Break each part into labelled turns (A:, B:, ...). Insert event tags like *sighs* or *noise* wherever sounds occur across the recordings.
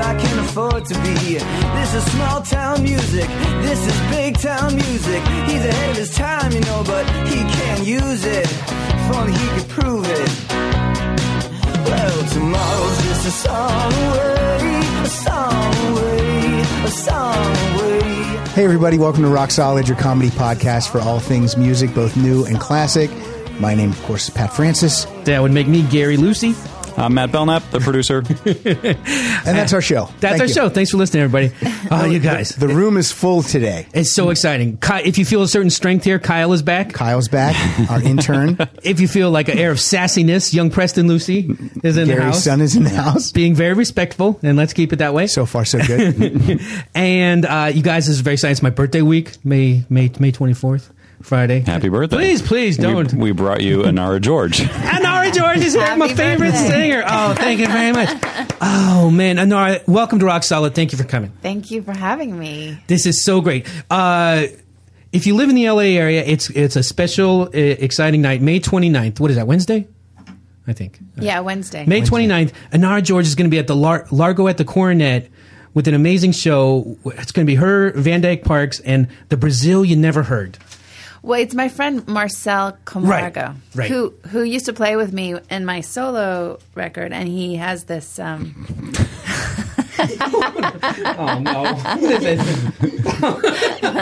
A: afford to be. This is small town music. This is big town music. He's ahead of his time, you know, but he can't use it. If only he could prove it. Well, tomorrow's just a song away, a song away, a song away.
B: Hey, everybody, welcome to Rock Solid, your comedy podcast for all things music, both new and classic. My name, of course, is Pat Francis,
C: That would make me Gary Lucy.
D: I'm Matt Belknap, the producer.
B: and that's our show.
C: That's
B: Thank
C: our
B: you.
C: show. Thanks for listening, everybody. Oh, you guys.
B: The room is full today.
C: It's so exciting. Ky- If you feel a certain strength here, Kyle is back.
B: Kyle's back,
C: *laughs*
B: our intern.
C: If you feel like an air of sassiness, young Preston Lucy is in the
B: Gary's
C: house.
B: son is in the house.
C: Being very respectful, and let's keep it that way.
B: So far, so
C: *laughs*
B: good.
C: and uh, you guys, this is very exciting. It's my birthday week, May May May twenty fourth, Friday.
D: *laughs* Happy birthday.
C: Please, please
D: We-
C: don't.
D: We, brought you
B: *laughs*
D: Anara George.
C: Anara George is
E: Happy
C: my favorite
E: birthday.
C: singer. Oh, thank you very
E: *laughs*
C: much. Oh man, Anara, welcome to Rock Solid. Thank you for coming.
E: Thank you for having me.
C: This is so great. Uh, if you live in the LA area, it's it's a special, uh, exciting night. May 29th. What is that? Wednesday, I think.
E: Yeah, Wednesday.
C: May 29th, Anara George is going to be at the Lar- Largo at the Coronet with an amazing show. It's going to be her, Van Dyke Parks, and the Brazil you never heard.
E: *laughs* Well, it's my friend Marcel Camargo,
C: Right, right.
E: who who used to play with me in my solo record, and he has this. Um,
C: Oh no!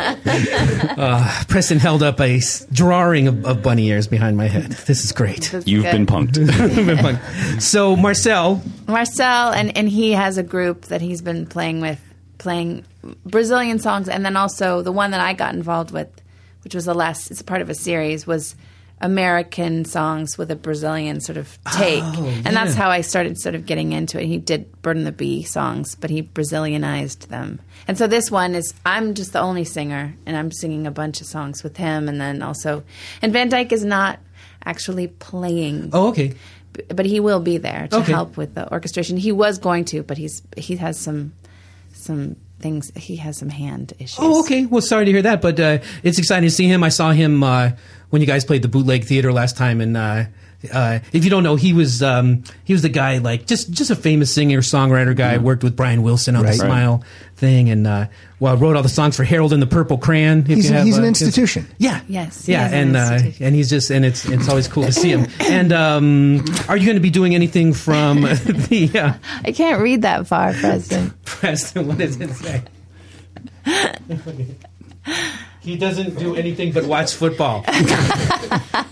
C: uh, Preston held up a s- drawing of, of bunny ears behind my head. This is great.
E: this
D: You've
E: good-
D: been punked.
C: so Marcel,
E: Marcel, and and he has a group that he's been playing with, playing Brazilian songs, and then also the one that I got involved with, which was the last. It's a part of a series was. American songs with a Brazilian sort of take, and that's
C: yeah.
E: how I started sort of getting into it. He did Bird and the Bee songs, but he Brazilianized them, and so this one is I'm just the only singer, and I'm singing a bunch of songs with him, and then also, and Van Dyke is not actually playing
C: oh okay,
E: but he will be there to
C: Okay.
E: help with the orchestration. He was going to, but he's he has some some things. He has some hand issues.
C: Oh, okay. Well, sorry to hear that, but uh, it's exciting to see him. I saw him uh, when you guys played the Bootleg Theater last time, and uh, uh, if you don't know, he was um, he was the guy like just just a famous singer songwriter guy. Worked with Brian Wilson on
B: Mm-hmm. Right.
C: the
B: Right.
C: Smile thing, and uh, well, wrote all the songs for Harold and the Purple Crayon. If
B: He's
C: you
B: an-
C: have,
B: he's an
C: his-
B: institution.
C: yeah.
E: Yes, he
C: Yeah,
E: is an
C: and uh,
E: institution.
C: and he's just and it's it's always cool to see him. And um, are you going to be doing anything from *laughs* the uh,
E: I can't read that far, President.
C: Preston? *laughs* What does it say? He doesn't do anything but watch *laughs* football.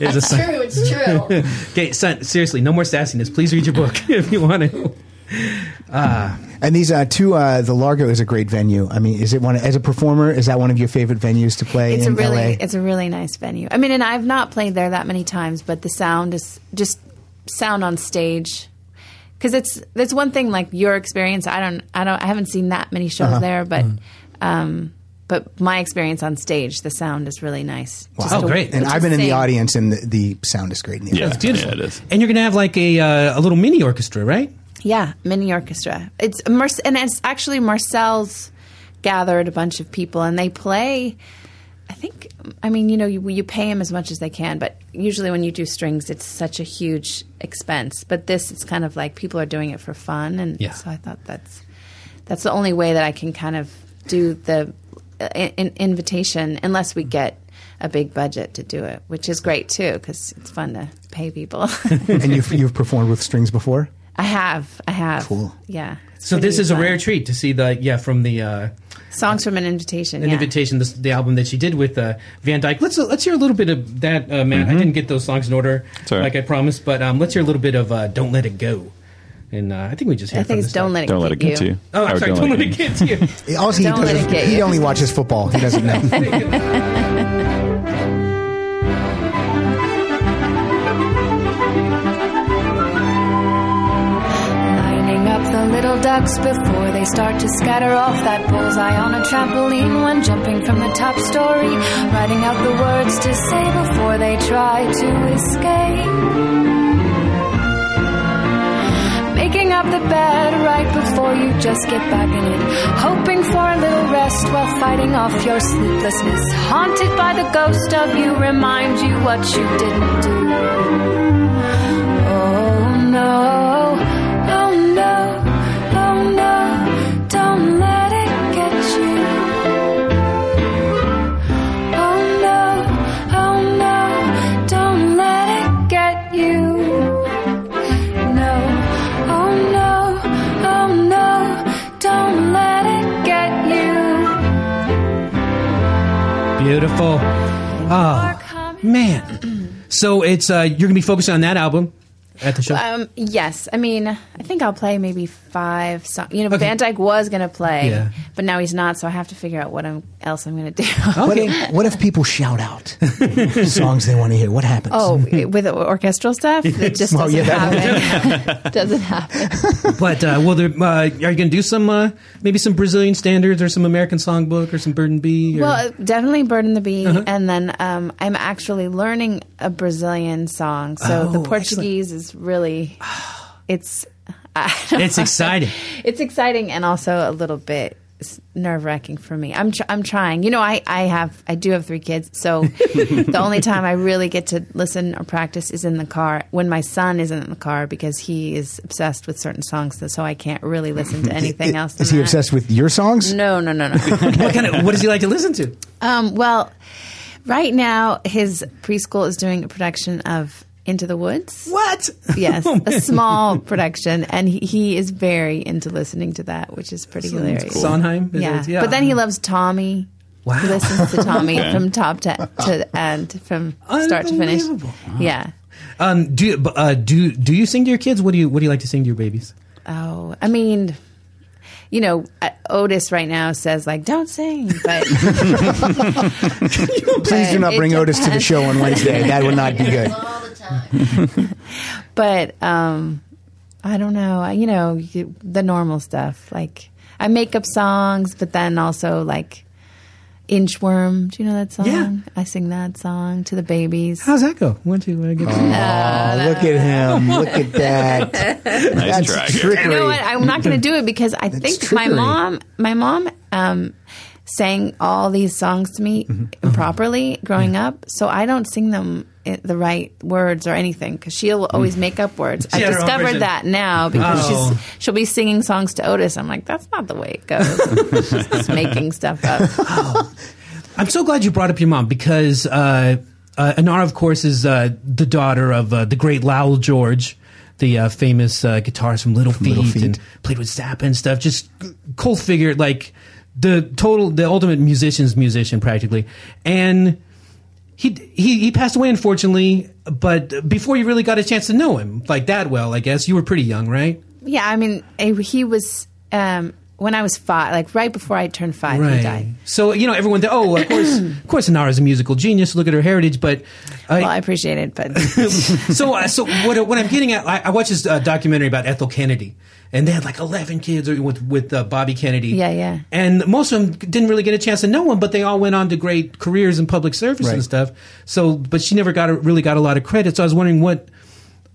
C: Is a sign.
F: true. It's true.
C: Okay, son, seriously, no more sassiness. Please read your book *laughs* if you want to.
B: And these uh, two, uh, the Largo is a great venue. I mean, is it one as a performer? Is that one of your favorite venues to play
E: It's a
B: in
E: really
B: LA?
E: it's a really nice venue. I mean, and I've not played there that many times, but the sound is just sound on stage. Because it's that's one thing like your experience. I don't I don't I haven't seen that many shows there, but. Um, but my experience on stage, the sound is really nice. Just
C: Oh,
E: to-
C: great.
B: and
E: just
B: I've been in the
E: sing.
B: audience, and the, the sound is great. In the
D: Yeah.
C: It's beautiful.
D: it is.
C: And you're going to have like a uh, a little mini orchestra, right?
E: Yeah, mini orchestra. It's Mar- and it's actually Marcel's gathered a bunch of people and they play. I think I mean you know you, you pay them as much as they can, but usually when you do strings, it's such a huge expense. But this, it's kind of like people are doing it for fun, and
C: Yeah.
E: so I thought that's that's the only way that I can kind of do the uh, in, invitation, unless we get a big budget to do it, which is great too because it's fun to pay people. *laughs*
B: and you've, you've performed with strings before?
E: I have. I have.
B: Cool.
E: Yeah. it's
C: So this
E: pretty
C: is a
E: fun.
C: rare treat to see the yeah from the uh,
E: songs from an invitation.
C: an
E: yeah.
C: invitation this, the album that she did with uh, Van Dyke. Let's let's hear a little bit of that, uh, Matt. I didn't get those songs in order
D: Mm-hmm. all right.
C: like I promised, but um, let's hear a little bit of uh, "Don't Let It Go," and uh, I think we just hear
E: I
C: it from
E: think it's
C: this
E: don't
C: side.
E: let it
D: Don't let it get to you.
C: Oh, I'm
D: Or
C: sorry. Don't let it get to you.
B: Also, he,
E: Don't let
B: doesn't-
E: it get
B: he
E: you.
B: only watches football. He doesn't
E: *laughs*
B: know.
F: Lining up the little ducks before they start to scatter off that bullseye on a trampoline when jumping from the top story. Writing out the words to say before they try to escape. Making up the bed right before you just get back in it. Hoping for a little rest while fighting off your sleeplessness. Haunted by the ghost of you, remind you what you didn't do. Oh no, oh no, oh no, don't
C: *laughs* Beautiful. Oh, man. So it's uh, you're gonna be focusing on that album at the show.
E: Um, yes, I mean, I think I'll play maybe five songs. You know,
C: Okay.
E: Van Dyke was going to play,
C: Yeah.
E: but now he's not, so I have to figure out what I'm, else I'm going to do.
B: What, if, what if people shout out songs they want to hear? What happens?
C: *laughs*
E: *laughs* Oh, with orchestral stuff, it just
B: Well,
E: doesn't
B: yeah.
E: happen. doesn't happen.
C: but uh, will there? Uh, are you gonna do some uh, maybe some Brazilian standards or some American songbook or some Bird and Bee? Or,
E: Well, definitely Bird and the Bee,
C: Uh-huh.
E: and then um, I'm actually learning a Brazilian song, so the
C: Oh,
E: Portuguese is really it's
C: *laughs* it's exciting.
E: it's exciting and also a little bit nerve wracking for me. I'm tr- I'm trying. You know, I I have I do have three kids,
B: *laughs*
E: so the only time I really get to listen or practice is in the car when my son isn't in the car because he is obsessed with certain songs, so I can't really listen
B: *laughs*
E: to *laughs* anything else.
B: Is
E: than
B: he
E: that. Mm,
B: obsessed with your songs?
E: No, no, no,
B: *laughs*
E: no.
C: what kind of? What does he like to listen to?
E: um, well, right now his preschool is doing a production of Into the Woods.
C: What? *laughs*
E: Yes,
C: Oh,
E: a small production, and he, he is very into listening to that, which is pretty hilarious.
C: Sondheim. It
E: Yeah.
C: is,
E: but then he loves Tommy.
C: Wow.
E: He listens to
C: *laughs*
E: Tommy
D: Okay.
E: from top to, to end, from start to finish.
C: Unbelievable.
E: Yeah.
C: Um, do you- but, uh, do do you sing to your kids? What do you What do you like to sing to your babies?
E: Oh, I mean, you know, uh, Otis right now says like, "Don't sing,"
C: *laughs*
E: but
B: Please do not bring Otis to the show on Wednesday. That would not be
E: *laughs*
B: good.
G: all the time.
E: but um, I don't know. I- You know, you, the normal stuff. Like I make up songs, but then also like Inchworm. Do you know that song?
C: Yeah.
E: I sing that song to the babies.
C: How's that go? One, two, one, good.
B: Oh, look at him. Look
E: *laughs*
B: at that.
D: Nice
B: That's
D: try. Gary.
B: trickery.
E: You know what? I'm not going to do it
C: *laughs*
E: because I think my
B: trickery.
E: mom, my mom, um, sang all these songs to me
C: Mm-hmm. Uh-huh.
E: improperly growing up, so I don't sing them i- the right words or anything because she'll always make up words.
C: Mm.
E: I
C: had her own version.
E: discovered that now because
C: Oh.
E: she's she'll be singing songs to Otis. I'm like, that's not the way
C: *laughs*
E: it goes. she's just making stuff up.
C: I'm so glad you brought up your mom because uh, uh, Anara, of course, is uh, the daughter of uh, the great Lowell George, the uh, famous uh, guitarist from Little Feat,
B: Little Feat.
C: and played with Zappa and stuff. Just cold figure, like the total, the ultimate musician's musician, practically. And he he he passed away, unfortunately. But before you really got a chance to know him like that well, I guess you were pretty young, right?
E: Yeah, I mean, I- he was um, when I was five, like right before I turned five, he died.
C: So you know everyone. th- Oh, of course, of course, Anara's a musical genius. Look at her heritage, but. uh, I,
E: Well, I appreciate it, but
C: *laughs* so, uh, so what, what I'm getting at, I, I watched this uh, documentary about Ethel Kennedy, and they had like 11 kids or- with with uh, Bobby Kennedy.
E: Yeah, yeah.
C: And most of them didn't really get a chance to know him, but they all went on to great careers in public service
B: Right.
C: and stuff. So, but she never got a, really got a lot of credit. So I was wondering what,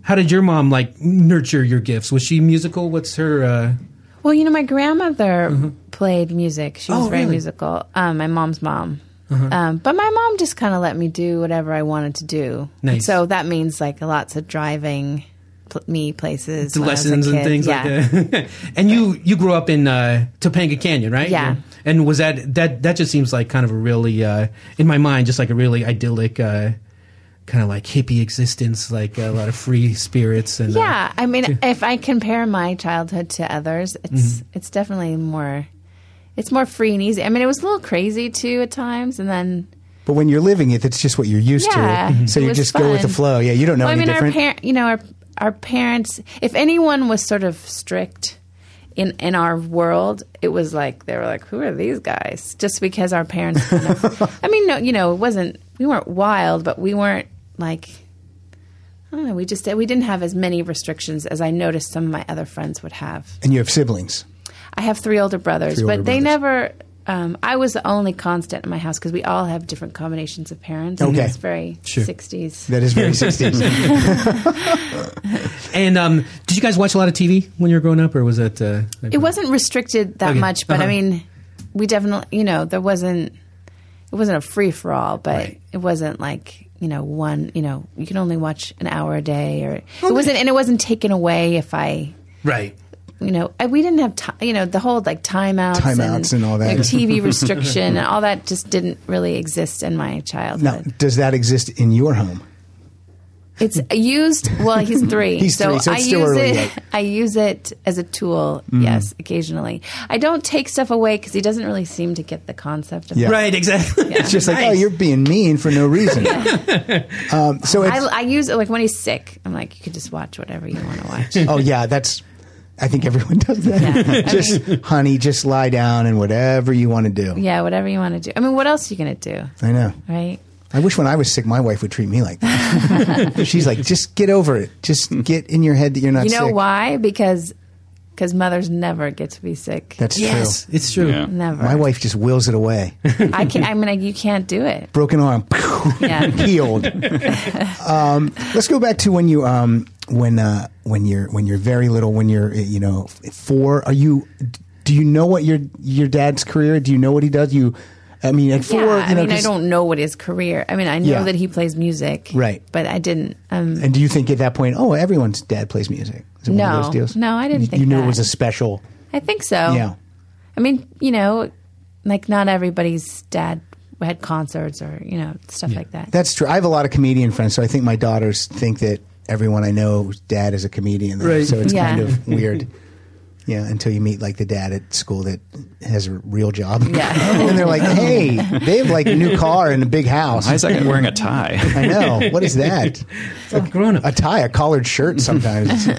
C: how did your mom like nurture your gifts? Was she musical? What's her? Uh,
E: Well, you know, my grandmother played music. She was
C: Mm-hmm. Oh,
E: very
C: really? Uh-huh.
E: musical. Um, my mom's mom. Um, but my mom just kind of let me do whatever I wanted to do.
C: Nice.
E: So that means like lots of driving pl- me places,
C: to
E: when I was a
C: lessons and
E: kid.
C: things
E: yeah.
C: like that. *laughs* and you you grew up in uh, Topanga Canyon, right?
E: Yeah.
C: And was that that that just seems like kind of a really uh, in my mind just like a really idyllic uh, kind of like hippie existence, like a lot of free spirits and uh,
E: Yeah, I mean, if I compare my childhood to others, it's
C: Mm-hmm.
E: it's definitely more, it's more free and easy. I mean, it was a little crazy too at times, and then
B: But when you're living it, that's just what you're used to.
E: Yeah,
B: Mm-hmm.
E: Mhm.
B: So
E: it
B: you
E: was
B: just go with the
E: fun.
B: flow. Yeah, you don't know
E: Well, I
B: any
E: mean,
B: different.
E: our parent, you know, our our parents. If anyone was sort of strict in in our world, it was like they were like, "Who are these guys?" Just because our parents. Kind
B: *laughs*
E: of, I mean, no, you know, it wasn't. We weren't wild, but we weren't like. I don't know. We just we didn't have as many restrictions as I noticed some of my other friends would have.
B: and you have siblings.
E: I have three older brothers,
B: Three
E: but
B: older
E: they
B: brothers.
E: never. Um, I was the only constant in my house because we all have different combinations of parents. And
B: Okay.
E: it's very
C: Sure.
E: 60s.
B: That is very
E: *laughs*
B: 60s.
C: And um, did you guys watch a lot of TV when you were growing up, or was that? Uh,
E: it wasn't restricted that
C: Okay.
E: much, but I
C: Uh-huh.
E: mean, we definitely, you know, there wasn't, it wasn't a free for all, but
C: Right.
E: it wasn't like, you know, one, you know, you can only watch an hour a day or it wasn't, and it wasn't taken away if I,
C: right.
E: you know, I, we didn't have time, you know, the whole like timeouts,
B: Timeouts and all that.
E: you know,
B: *laughs*
E: TV restriction and all that just didn't really exist in my childhood.
B: Now, does that exist in your home?
E: It's used. Well, he's three,
B: *laughs* He's
E: so,
B: three, so
E: I
B: it's still
E: use
B: early Mm.
E: it.
B: yet.
E: *laughs* I use it as a tool. Yes, occasionally. I don't take stuff away because he doesn't really seem to get the concept of
B: Yeah.
E: it.
C: Right, exactly.
B: It's just like, oh, you're being mean for no
E: *laughs*
B: reason. um, so it's,
E: I, I use it like when he's sick. I'm like, you could just watch whatever you want to
B: *laughs*
E: watch.
B: oh yeah, that's. I think everyone *laughs* does that.
E: Yeah. I
B: just honey, just lie down and whatever you want to do.
E: yeah, whatever you want to do. I mean, what else are you gonna do,
B: I know.
E: right?
B: I wish when I was sick, my wife would treat me like that.
E: *laughs*
B: She's like, just get over it. Just get in your head that you're not.
E: You know
B: sick.
E: why? Because because mothers never get to be sick.
B: That's
C: yes, *laughs* it's true.
D: Yeah.
E: never.
B: true. My wife just wills it away.
E: I can not I mean, like, you can't do
B: *laughs*
E: it.
B: Broken arm,
E: Yeah. *laughs*
B: healed. um, let's go back to when you um, when uh, when you're when you're very little. When you're uh, you know f- four. Are you? Do you know what your your dad's career? Do you know what he does? You, I mean, at four.
E: yeah,
B: you
E: I
B: know,
E: mean, I
B: 'cause-
E: don't know what his career. I mean, I know
B: Yeah.
E: that he plays music,
B: Right.
E: But I didn't. Um,
B: And do you think at that point, oh, everyone's dad plays music? Is it one
E: No.
B: of those deals?
E: No, I didn't
B: you,
E: think
B: you knew
E: that. Oh.
B: it was a special.
E: I think so.
B: Yeah.
E: I mean, you know, like not everybody's dad had concerts or you know stuff like that.
B: That's true. I have a lot of comedian friends, so I think my daughters think that everyone I know's dad is a comedian.
C: Right.
B: So it's
E: Yeah.
B: kind
E: *laughs*
B: of weird. Yeah, until you meet like the dad at school that has a real job.
E: Yeah.
B: *laughs* and they're like, hey, they have like a new car and a big house.
D: Why is that guy wearing a tie?
B: *laughs* I know. What is that?
C: It's all grown up.
B: A tie, a collared shirt
E: *laughs*
B: sometimes.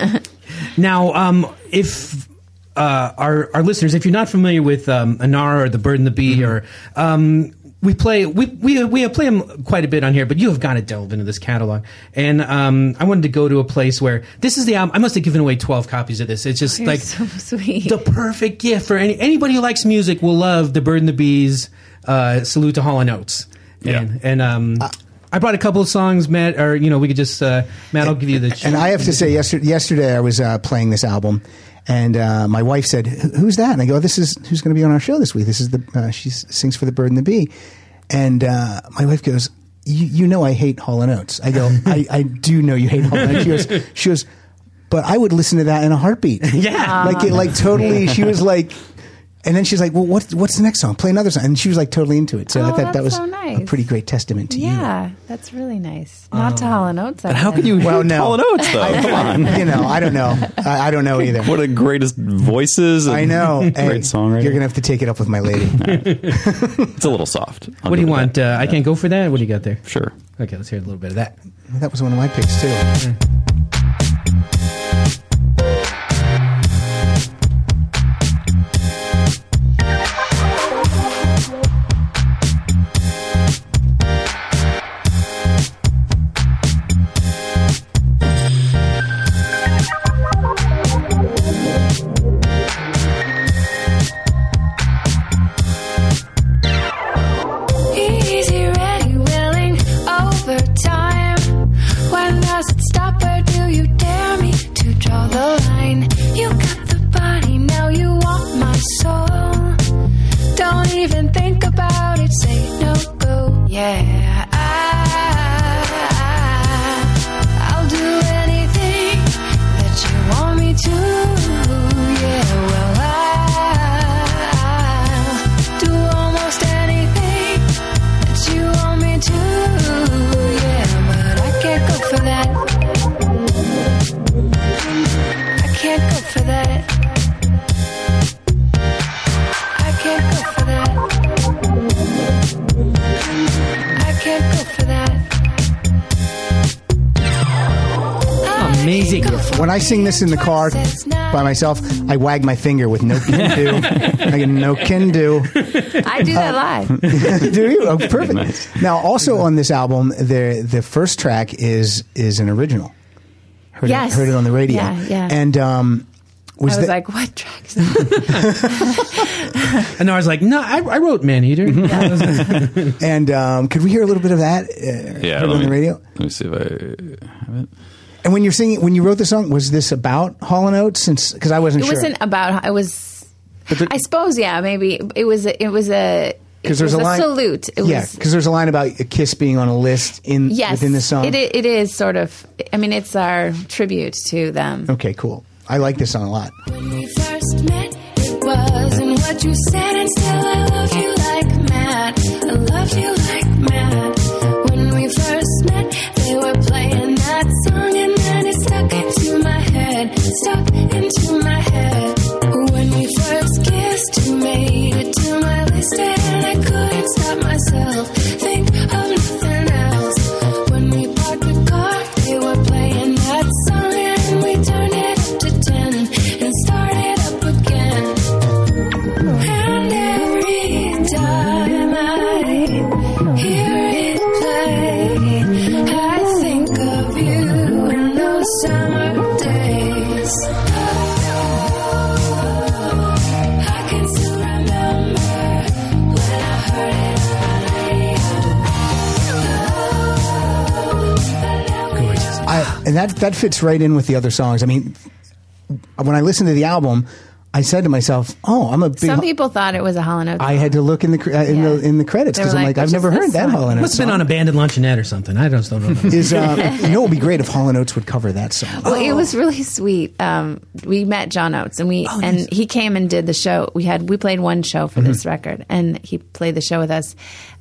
C: Now, um, if uh, our our listeners, if you're not familiar with um, Anara or the Bird and the
E: Mm-hmm.
C: Bee, or um, we play we we we play them quite a bit on here, but you have got to delve into this catalog. And um, I wanted to go to a place where this is the album. I must have given away 12 copies of this. It's just
E: You're
C: like
E: so *laughs* sweet.
C: the perfect gift for any, anybody who likes music will love the Bird and the Bees. Uh, salute to Hall and Oates.
D: Yeah.
C: And, and um, I brought a couple of songs, Matt, or you know, we could just uh, Matt. I'll give you the.
B: And I have to say, yesterday, yesterday I was uh, playing this album, and uh, my wife said, "Who- "Who's that?" And I go, "This is who's going to be on our show this week. This is the uh, she s- sings for the Bird and the Bee." And uh, my wife goes, "You you know I hate Hall and Oates." I go,
E: *laughs*
B: I, "I do know you hate Hall and Oates." She goes, "She goes, but I would listen to that in a
E: *laughs*
B: heartbeat."
C: Yeah.
B: like it, like totally. She was like. And then she's like, "Well, what, what's the next song? Play another song." And she was like, totally into it. So I
E: Oh,
B: thought that
E: that's
B: was
E: so
B: a
E: nice.
B: pretty great testament to you. Oh.
E: yeah, that's really nice. Not to Hall and Oates. But
D: How could you
B: Well,
D: hate
B: no.
D: Hall and Oates, though? Come
B: *laughs*
D: on.
B: you know, I don't know. I, I don't know either.
D: What are the greatest voices. and
B: I know.
D: *laughs* Great
B: Hey,
D: songwriter.
B: You're gonna have to take it up with my lady.
D: *laughs* it's a little soft. I'll
C: What do
D: give
C: you
D: it
C: want?
D: that.
C: Uh, I can't go for that. What do you got there?
D: Sure.
C: Okay, let's hear a little bit of that.
B: that was one of my picks too.
F: Easy, ready, willing, overtime. When does it stop or do you dare me to draw the line? You got the body, now you want my soul. Don't even think about it, say no, go. Yeah, I, I'll do anything that you want me to. Yeah, well, I'll do almost anything that you want me to. Yeah, but I can't go for that. I can't go for that. I can't go for that. I can't go for that.
C: Amazing.
B: When I sing this in the car by myself, I wag my finger with no can
D: *laughs*
B: do. I get no can do.
E: I do
B: *laughs*
E: that live.
B: do you? Oh, perfect. Now, also on this album, the the first track is is an original. Heard
E: Yes.
B: It, heard it on the radio.
E: Yeah, yeah.
B: And um, was,
E: I was
B: that,
E: like, what tracks? That?
C: And I was like, no, I, I wrote
B: *laughs*
C: Man Eater. *laughs*
B: and um, could we hear a little bit of that? Uh,
D: Yeah.
B: heard
D: let
B: on
D: me-
B: the radio.
D: Let me see if I have it.
B: And when you're singing, when you wrote the song, was this about Hall and Oates? Since because I wasn't
E: It
B: sure.
E: wasn't about. It was.
B: the-
E: I suppose. Yeah, maybe it was. A, it was a. it
B: because there's
E: was
B: a line.
E: salute. It
B: yeah,
E: was,
B: because there's a line about a kiss being on a list in
E: yes,
B: within the song.
E: It, i- it is sort of. I mean, it's our tribute to them.
B: Okay, cool. I like this song a lot.
F: When we first met, it wasn't what you said, and still I love you like mad. I love you like mad. When we first met, they were playing that
G: summer days. I can still remember when I heard it on the radio.
B: I, and that that fits right in with the other songs. I mean, when I listened to the album, I said to myself, "Oh, I'm a big."
E: Some people thought it was a Hollow Note.
B: I had to look in the cre- uh, in
E: Yeah.
B: the in the credits
E: They
B: because
E: were
B: I'm
E: like,
B: like, I've
E: "Which
B: never
E: is
B: heard
E: this
B: that
E: song?"
B: Hollow Note
C: Must have
B: song.
C: been on abandoned luncheonette or something. I just don't
B: *laughs*
C: know.
B: Is uh,
E: *laughs*
B: you know, it would be great if Hollow Notes would cover that song.
E: Well, it was really sweet. Um, we met John Oates, and we
B: Oh,
E: and he came and did the show. We had we played one show for
B: Mm-hmm.
E: this record, and he played the show with us.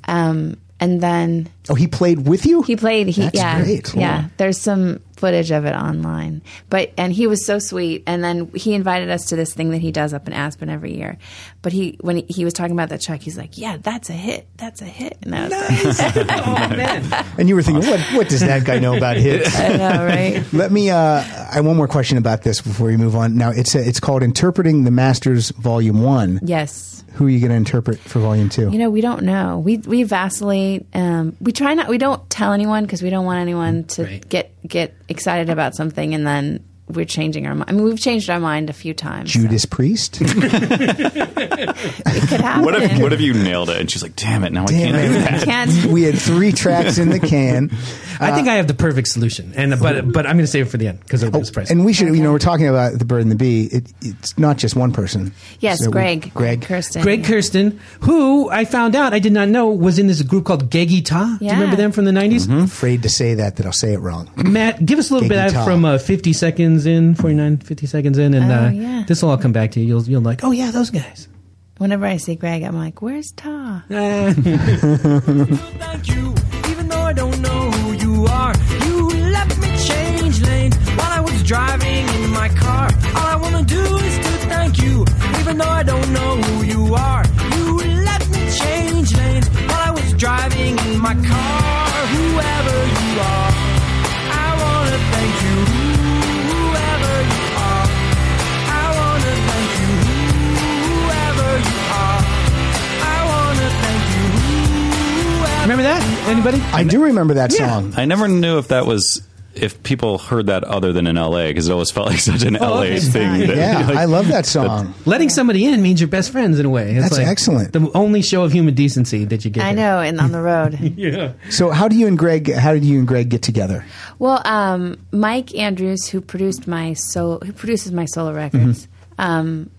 E: Um, and then
B: Oh, he played with you.
E: he played. He
B: That's
E: yeah
B: great. Cool.
E: yeah. There's some footage of it online, but and he was so sweet. And then he invited us to this thing that he does up in Aspen every year. But he when he, he was talking about that track, he's like, "Yeah, that's a hit. That's a hit." And I was like,
C: Oh,
B: and you were thinking, what what does that guy know about hits?
E: "I know, right?" *laughs*
B: Let me. Uh, I have one more question about this before we move on. Now it's uh it's called interpreting the Masters Volume One.
E: yes.
B: Who are you going to interpret for Volume Two?
E: You know, we don't know. We we vacillate. Um, we try not. We don't tell anyone because we don't want anyone to
C: Right.
E: get get excited about something and then we're changing our mind. I mean, we've changed our mind a few times.
B: Judas Priest.
E: It could happen.
D: What if
E: *laughs*
D: what if you nailed it and she's like, damn it, now I can't do that.
E: Can't.
B: we had three tracks in the can. Uh,
C: I think I have the perfect solution, and but but I'm going to save it for the end because it'll be a surprise.
B: Oh, And we should, you know, we're talking about the bird and the bee. It, it's not just one person.
E: Yes,
B: So we-
E: Greg.
B: Greg.
E: Kirsten.
C: Greg Kirsten, who I found out I did not know was in this group called Gegita. Do you
E: Yeah.
C: remember them from the 90s?
B: Afraid to say that, that I'll say it wrong.
C: *laughs* Matt, give us a little
B: Gigi
C: bit
B: Ta.
C: from uh, 50 seconds in, 49, 50 seconds in, and
E: Oh,
C: uh,
E: yeah.
C: this will all come back to you. You'll you'll like, oh yeah, those guys.
E: Whenever I see Greg, I'm like, "Where's Ta?"
C: Eh.
A: thank you, even though I don't know who you are. You let me change lanes while I was driving in my car. All I wanna do is to thank you, even though I don't know who you are. You let me change lanes while I was driving in my car. Whoever you are, I wanna thank you. Whoever you are, I wanna thank you. Whoever you are, I wanna thank you. Whoever
C: remember that? Anybody?
B: I do remember that
C: Yeah.
D: *laughs*
B: song.
D: I never knew if that was if people heard that other than in LA because it always felt like such an LA
C: okay.
D: thing. that-
B: Yeah,
D: like,
B: I love that song.
C: Letting somebody in means you're best friends in a way. It's
B: That's
C: like
B: excellent.
C: The only show of human decency that you get.
E: I
C: here.
E: know, and on the road.
C: Yeah.
B: so, how do you and Greg? How did you and Greg get together?
E: Well, um, Mike Andrews, who produced my solo, who produces my solo records, um,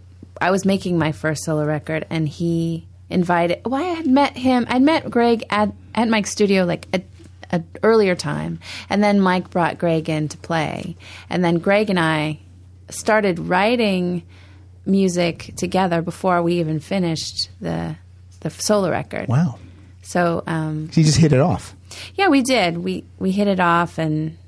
E: I was making my first solo record, and he invited. Well, I had met him. I'd met Greg at at Mike's studio like at an earlier time, and then Mike brought Greg in to play, and then Greg and I started writing music together before we even finished the the solo record.
B: Wow,
E: So um,
B: you just hit it off.
E: yeah, we did. We we hit it off, and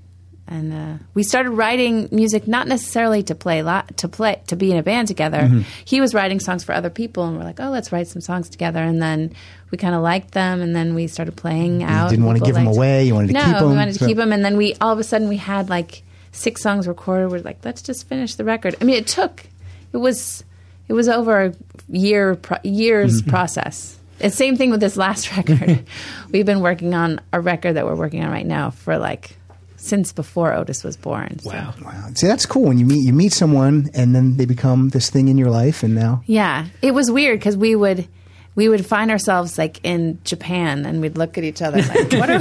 E: and uh, we started writing music not necessarily to play li- to play to be in a band together.
B: Mm-hmm.
E: He was writing songs for other people, and we're like, oh, let's write some songs together. And then we kind of liked them, and then we started playing out.
B: didn't wanna
E: People
B: give 'em
E: liked-
B: away. You wanted to
E: no,
B: keep 'em,
E: we wanted to
B: so-
E: keep them, and then we all of a sudden we had like six songs recorded. We're like, let's just finish the record. I mean, it took it was it was over a year pro- years process. It's same thing with this last *laughs* record. We've been working on a record that we're working on right now for like since before Otis was born. so-
C: Wow.
B: Wow. See, that's cool when you meet you meet someone and then they become this thing in your life, and now
E: Yeah, it was weird because we would we would find ourselves like in Japan and we'd look at each other
B: *laughs*
E: like, what are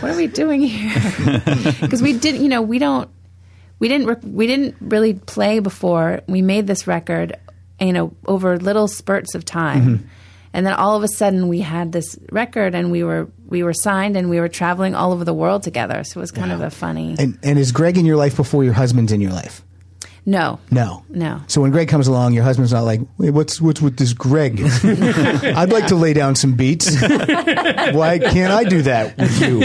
E: what are we doing here? Because we didn't, you know, we don't we didn't rec- we didn't really play before we made this record, you know, over little spurts of time.
B: Mm-hmm.
E: And then all of a sudden, we had this record, and we were we were signed, and we were traveling all over the world together. So it was kind of a funny.
B: and and is Greg in your life before your husband's in your life?
E: no,
B: No,
E: No.
B: So when Greg comes along, your husband's not like, Wait, "What's what's with this
E: *laughs*
B: Greg?" I'd like to lay down some beats. Why can't I do that with you?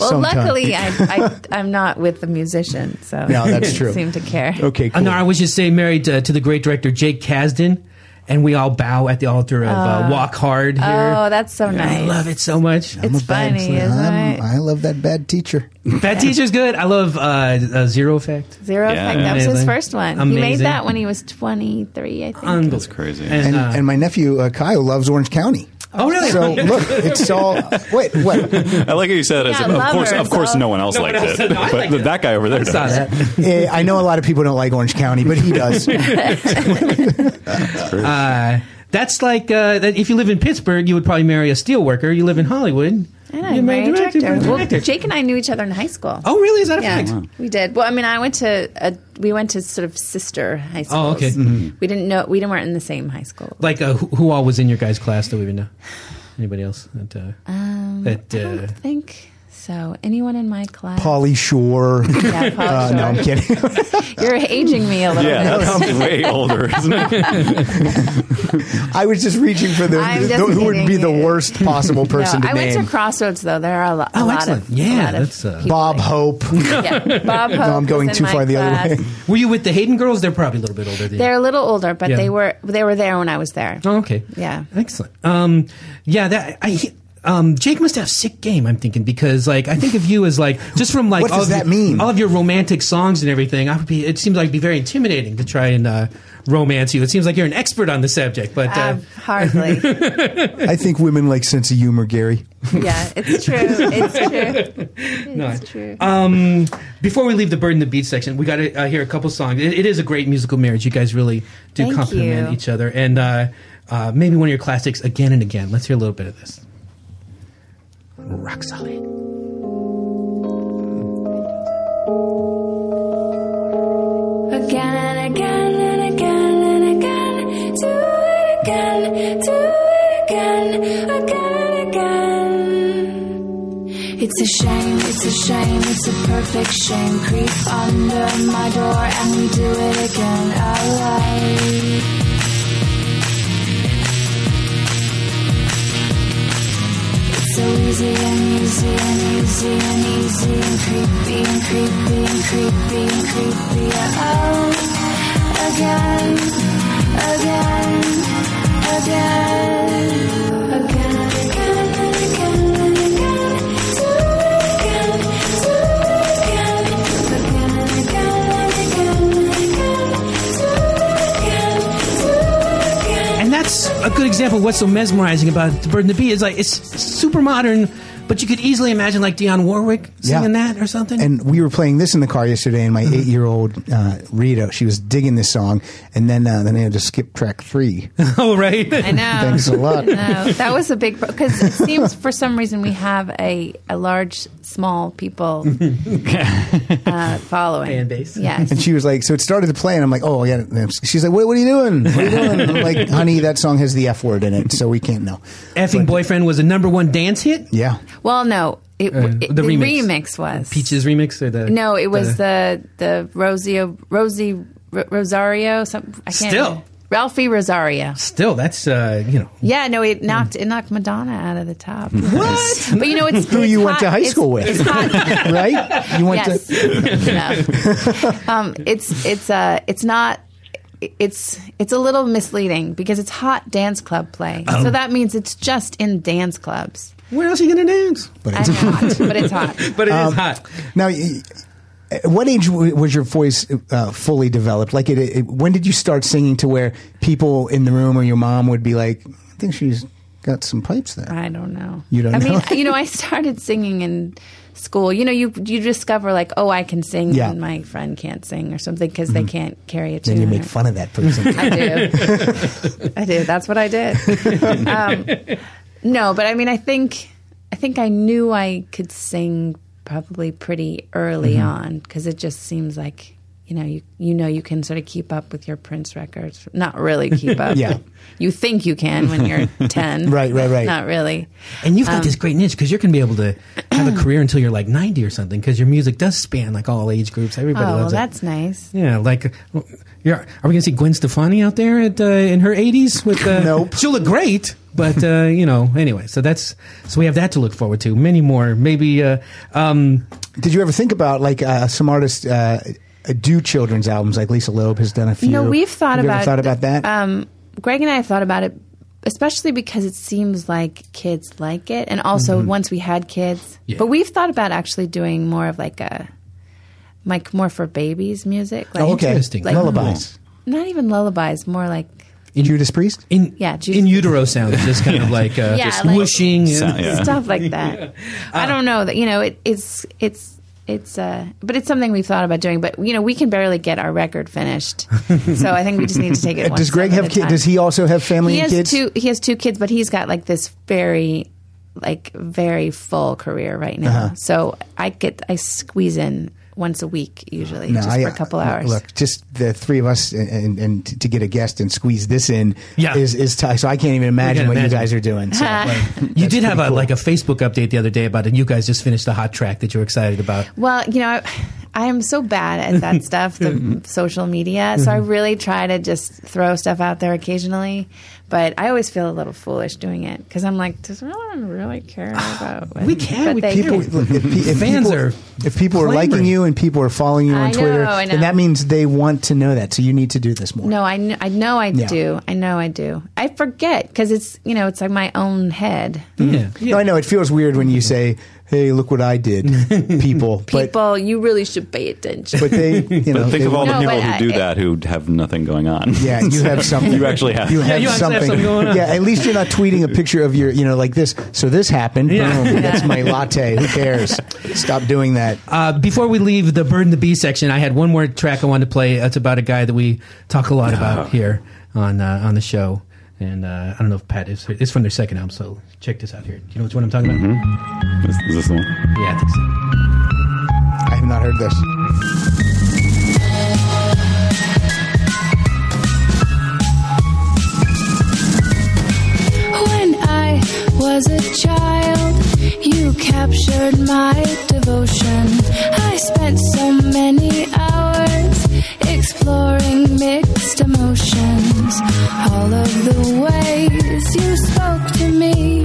E: Well,
B: Sometime.
E: luckily, I, I I'm not with the musician,
B: *laughs*
E: so
B: No,
E: *laughs*
B: that's
E: I
B: true.
E: Seem to care.
B: Okay,
C: Uh,
B: cool.
C: no, I was just saying married to, to the great director Jake Kasdan, and we all bow at the altar of uh, Walk Hard here.
E: Oh, that's so nice.
C: I love it so much.
E: It's funny, isn't
B: I'm-
E: it?
B: I love that bad teacher.
C: That teacher's good. I love uh, uh, Zero Effect.
E: Zero
D: Yeah.
E: effect. That was his
C: Amazing.
E: first one. He made
C: Amazing. Um,
E: that when he was 23, I think.
C: Unbelievable.
D: That's crazy.
C: And,
B: And,
C: uh,
B: and my nephew uh, Kyle loves Orange County.
C: Oh, really?
E: *laughs*
B: So look, it's all wait, what?
D: I like how you said it. as
E: Yeah,
D: if, of course,
E: lovers,
D: of course,
E: uh,
D: no one else
C: No one
D: liked
C: else-
D: it,
C: no, I
D: but
C: liked it.
D: that guy over there
C: I saw
D: does.
C: that.
B: Eh, I know a lot of people don't like Orange County, but he does.
C: Uh, that's like uh, that if you live in Pittsburgh, you would probably marry a steel worker. You live in Hollywood.
E: And
C: you
E: I'm
C: marry
E: a
C: a
E: director.
C: director, you're a
E: Well,
C: director.
E: Jake and I knew each other in high school.
C: Oh, really? Is that a
E: yeah,
C: fact?
E: we did. Well, I mean, I went to a, we went to sort of sister high schools.
C: Oh, okay.
B: Mm-hmm.
E: We didn't know we didn't weren't in the same high school.
C: Like, uh, who, who all was in your guys' class that we even know? Anybody else? That, uh, that,
E: Um, I don't
C: uh,
E: think so. Anyone in my class?
B: Pauly
E: *laughs*
B: Shore.
E: Yeah, Paul
B: Uh, no, I'm
E: Shore.
B: kidding. *laughs*
E: You're aging me a little
D: Yeah,
E: bit.
D: that's way older,
C: *laughs*
D: isn't it?
B: I was just reaching for the,
E: I'm
B: the-
E: just
B: who would be
E: kidding
B: the
E: you.
B: worst
E: *laughs*
B: possible
E: No,
B: person to
E: I went
B: name.
E: to Crossroads though. There are a, lo- a
C: Oh,
E: lot
C: excellent.
E: of
C: Yeah,
E: a lot of
C: that's, uh,
E: people
B: Bob
E: like-
B: Hope.
E: Yeah, Bob Hope.
B: I'm going
E: was in
B: too
E: my
B: far the other way.
E: class.
C: were you with the Hayden girls? They're probably a little bit older than you.
E: They're a little older, but
C: Yeah.
E: they were they were there when I was there.
C: Oh, okay.
E: Yeah.
C: Excellent. Um, yeah, that I. he- Um, Jake must have sick game. I'm thinking because like I think of you as like just from like
B: What
C: all
B: does
C: of
B: that
C: your-
B: mean?
C: all of your romantic songs and everything. I would be. It seems like it'd be very intimidating to try and uh, romance you. It seems like you're an expert on the subject, but uh,
E: Um, hardly.
B: I think women like sense of humor, Gary.
E: yeah, it's true. It's true.
C: no.
E: It's true.
C: Um, before we leave the bird and the beat section, we got to uh, hear a couple songs. It, it is a great musical marriage. You guys really do
E: Thank
C: complement
E: you.
C: each other, and uh, uh, maybe one of your classics again and again. Let's hear a little bit of this. Rock solid.
G: Again and again and again and again. Do it again, do it again, again, again. It's a shame, it's a shame, it's a perfect shame. Creep under my door and we do it again. Alright. So easy and easy and easy and easy and creepy and creepy and creepy and creepy. Oh, again, again, again, again, again, and again, and again. Do it again, do it again, again, and again, and again, and again. Do it again, do it again.
C: And that's a good example of what's so mesmerizing about The Bird and the Bee is like it's super modern, but you could easily imagine like Dionne Warwick singing that or something.
B: And we were playing this in the car yesterday, and my
E: Mm-hmm.
B: eight year old uh, Rita, she was digging this song, and then uh, then I had to skip track
E: *laughs*
B: three.
C: *laughs* oh right,
E: I know.
B: Thanks a lot.
E: No, that was a big because it seems for some reason we have a, a large small people uh, following
C: Fan base.
E: Yes,
B: And she was like, so it started to play, and I'm like, oh, yeah. And She's like, what, what are you doing? What are you doing? And I'm like, honey, that song has the F word in it, so we can't know.
C: effing boyfriend was a number one dance hit.
B: Yeah.
E: Well, no, it,
C: Uh,
E: it-
C: the
E: the,
C: remix.
E: remix. was
C: Peaches remix or the
E: No, it was the the Rosio Rosie R- Rosario. Some I can't
C: Still.
E: remember. Ralphie Rosario.
C: still that's uh you know
E: Yeah, no, it knocked it knocked Madonna out of the
C: *laughs*
E: top.
C: what
E: But you know, it's
B: *laughs* Who
E: it's
B: you went
E: hot-
B: to high
E: it's-
B: school with.
E: It's hot.
B: Right? You *laughs* went
E: yes.
B: to.
E: No. *laughs* um, it's it's uh it's not it's it's a little misleading because it's hot dance club play.
B: Oh.
E: So that means it's just in dance clubs.
C: Where else are you gonna dance?
B: But
E: I
B: it's
E: know, hot,
B: *laughs*
E: but it's hot.
C: But it is hot.
B: Now, y- at what age w- was your voice uh, fully developed? Like, it, it, when did you start singing to where people in the room or your mom would be like, I think she's got some pipes there?
E: I don't know.
B: You don't
E: I
B: know?
E: mean, *laughs* you know, I started singing in school. You know, you you discover like, oh, I can sing,
B: Yeah. Mm-hmm.
E: and my friend can't sing or something because they can't carry a tune.
B: Then you
E: or-
B: make fun of that
E: *laughs*
B: person.
E: I do. I do. That's what
B: *laughs*
E: I did. Um, no, but I mean, I think I think I knew I could sing probably pretty early
B: Mm-hmm.
E: on because it just seems like you know you you know you can sort of keep up with your Prince records. Not
B: *laughs*
E: really keep up.
B: Yeah.
E: You think you can
B: *laughs*
E: when you're ten.
B: Right, right, right.
E: Not really.
C: And you've got
E: Um,
C: this great niche because you're gonna be able to have a career until you're like 90 or something because your music does span like all age groups. Everybody
E: Oh, well,
C: loves it.
E: that's nice.
C: Yeah, like, well, you're, are we going to see Gwen Stefani out there at, uh, in her 80s? With uh,
B: Nope.
C: She'll look great, but, uh, you know, anyway, so that's, so we have that to look forward to. Many more, maybe, uh, um,
B: did you ever think about, like, uh, some artists uh, do children's albums, like Lisa Loeb has done a few?
E: No, we've thought
B: Have you
E: about
B: ever thought about that.
E: Um, Greg and I have thought about it, especially because it seems like kids like it, and also
B: Mm-hmm.
E: once we had kids.
C: Yeah.
E: But we've thought about actually doing more of like a like more for babies music. Like,
B: oh, okay.
C: interesting.
B: Lullabies.
E: Not even lullabies, more like
C: in
B: Judas Priest?
C: in
E: Yeah, Judas
C: in utero sounds, just kind of like uh,
E: *laughs* Yeah,
C: just
E: like-
C: whooshing. and-
D: Sound- yeah.
E: *laughs* stuff
B: *laughs*
E: like that.
B: Uh,
E: I don't know that you know it, it's it's it's uh but it's something we've thought about doing. But you know we can barely get our record
B: *laughs*
E: finished, so I think we just need to take it. one
B: Does Greg
E: step at
B: have
E: a
B: kids?
E: time.
B: Does he also have family
E: He
B: and
E: has
B: kids?
E: two. He has two kids, but he's got like this very like very full career right now.
B: Uh-huh.
E: So I get I squeeze in once a week usually, just for a couple hours.
B: uh, Look, just the three of us and, and, and to get a guest and squeeze this in
C: Yeah.
B: is, is tough. So I can't even imagine
C: can't
B: what
C: imagine.
B: you guys are doing.
E: *laughs*
B: So, like,
C: You did have a, like a Facebook update the other day about it. You guys just finished a hot track that you were excited about.
E: Well, you know, I, I am so bad
B: *laughs*
E: at that stuff, the social media. So I
B: Mm-hmm.
E: really try to just throw stuff out there occasionally. But I always feel a little foolish doing it because I'm like, does anyone
B: *sighs*
E: really care about? what-
C: We can,
E: what
C: we
E: they
C: can.
E: think?"
B: people, look, if, pe- if
C: Fans
B: people,
C: are
B: if people are liking
C: clamoring.
B: you and people are following you
E: I
B: on
E: know,
B: Twitter,
E: I
B: then
E: know.
B: that means they want to know that. So you need to do this more.
E: No, I, kn- I know I
B: Yeah.
E: do. I know I do. I forget because it's you know it's like my own head.
C: Yeah.
B: No, I know it feels weird when you say, "Hey, look what I
C: *laughs*
B: did," people.
E: People,
B: But,
E: you really should pay attention.
B: but they, you know,
D: But think
B: they
D: of all
B: want-
D: the
E: No,
D: people
E: but
D: who do
E: I-
D: that who have nothing going on.
B: Yeah, you have something.
D: You actually have.
B: You have
C: you actually have
B: something.
C: something going on.
B: Yeah, at least you're not tweeting a picture of your, you know, like this. So this happened. Boom. That's my latte. Who cares? Stop doing that.
C: Uh, before we leave the bird and the bee section, I had one more track I wanted to play. It's about a guy that we talk a lot about here on uh, on the show. And uh, I don't know if Pat is. It's from their second album, so check this out here. Do you know which one I'm talking about?
D: *laughs* Is, is this the one?
C: Yeah, I think so.
B: I have not heard this.
F: When I was a child, you captured my devotion. I spent so many hours exploring mixed emotions. All of the ways you spoke to me,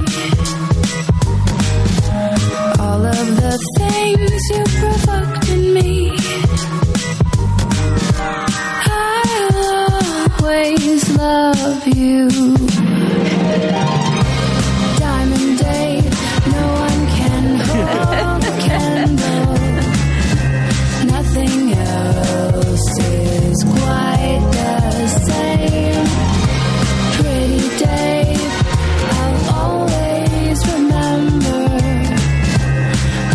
F: all of the things you provoked in me. I'll always love you. Diamond Day, no one can hold a candle. Nothing else is quite the same. Pretty day, I'll always remember.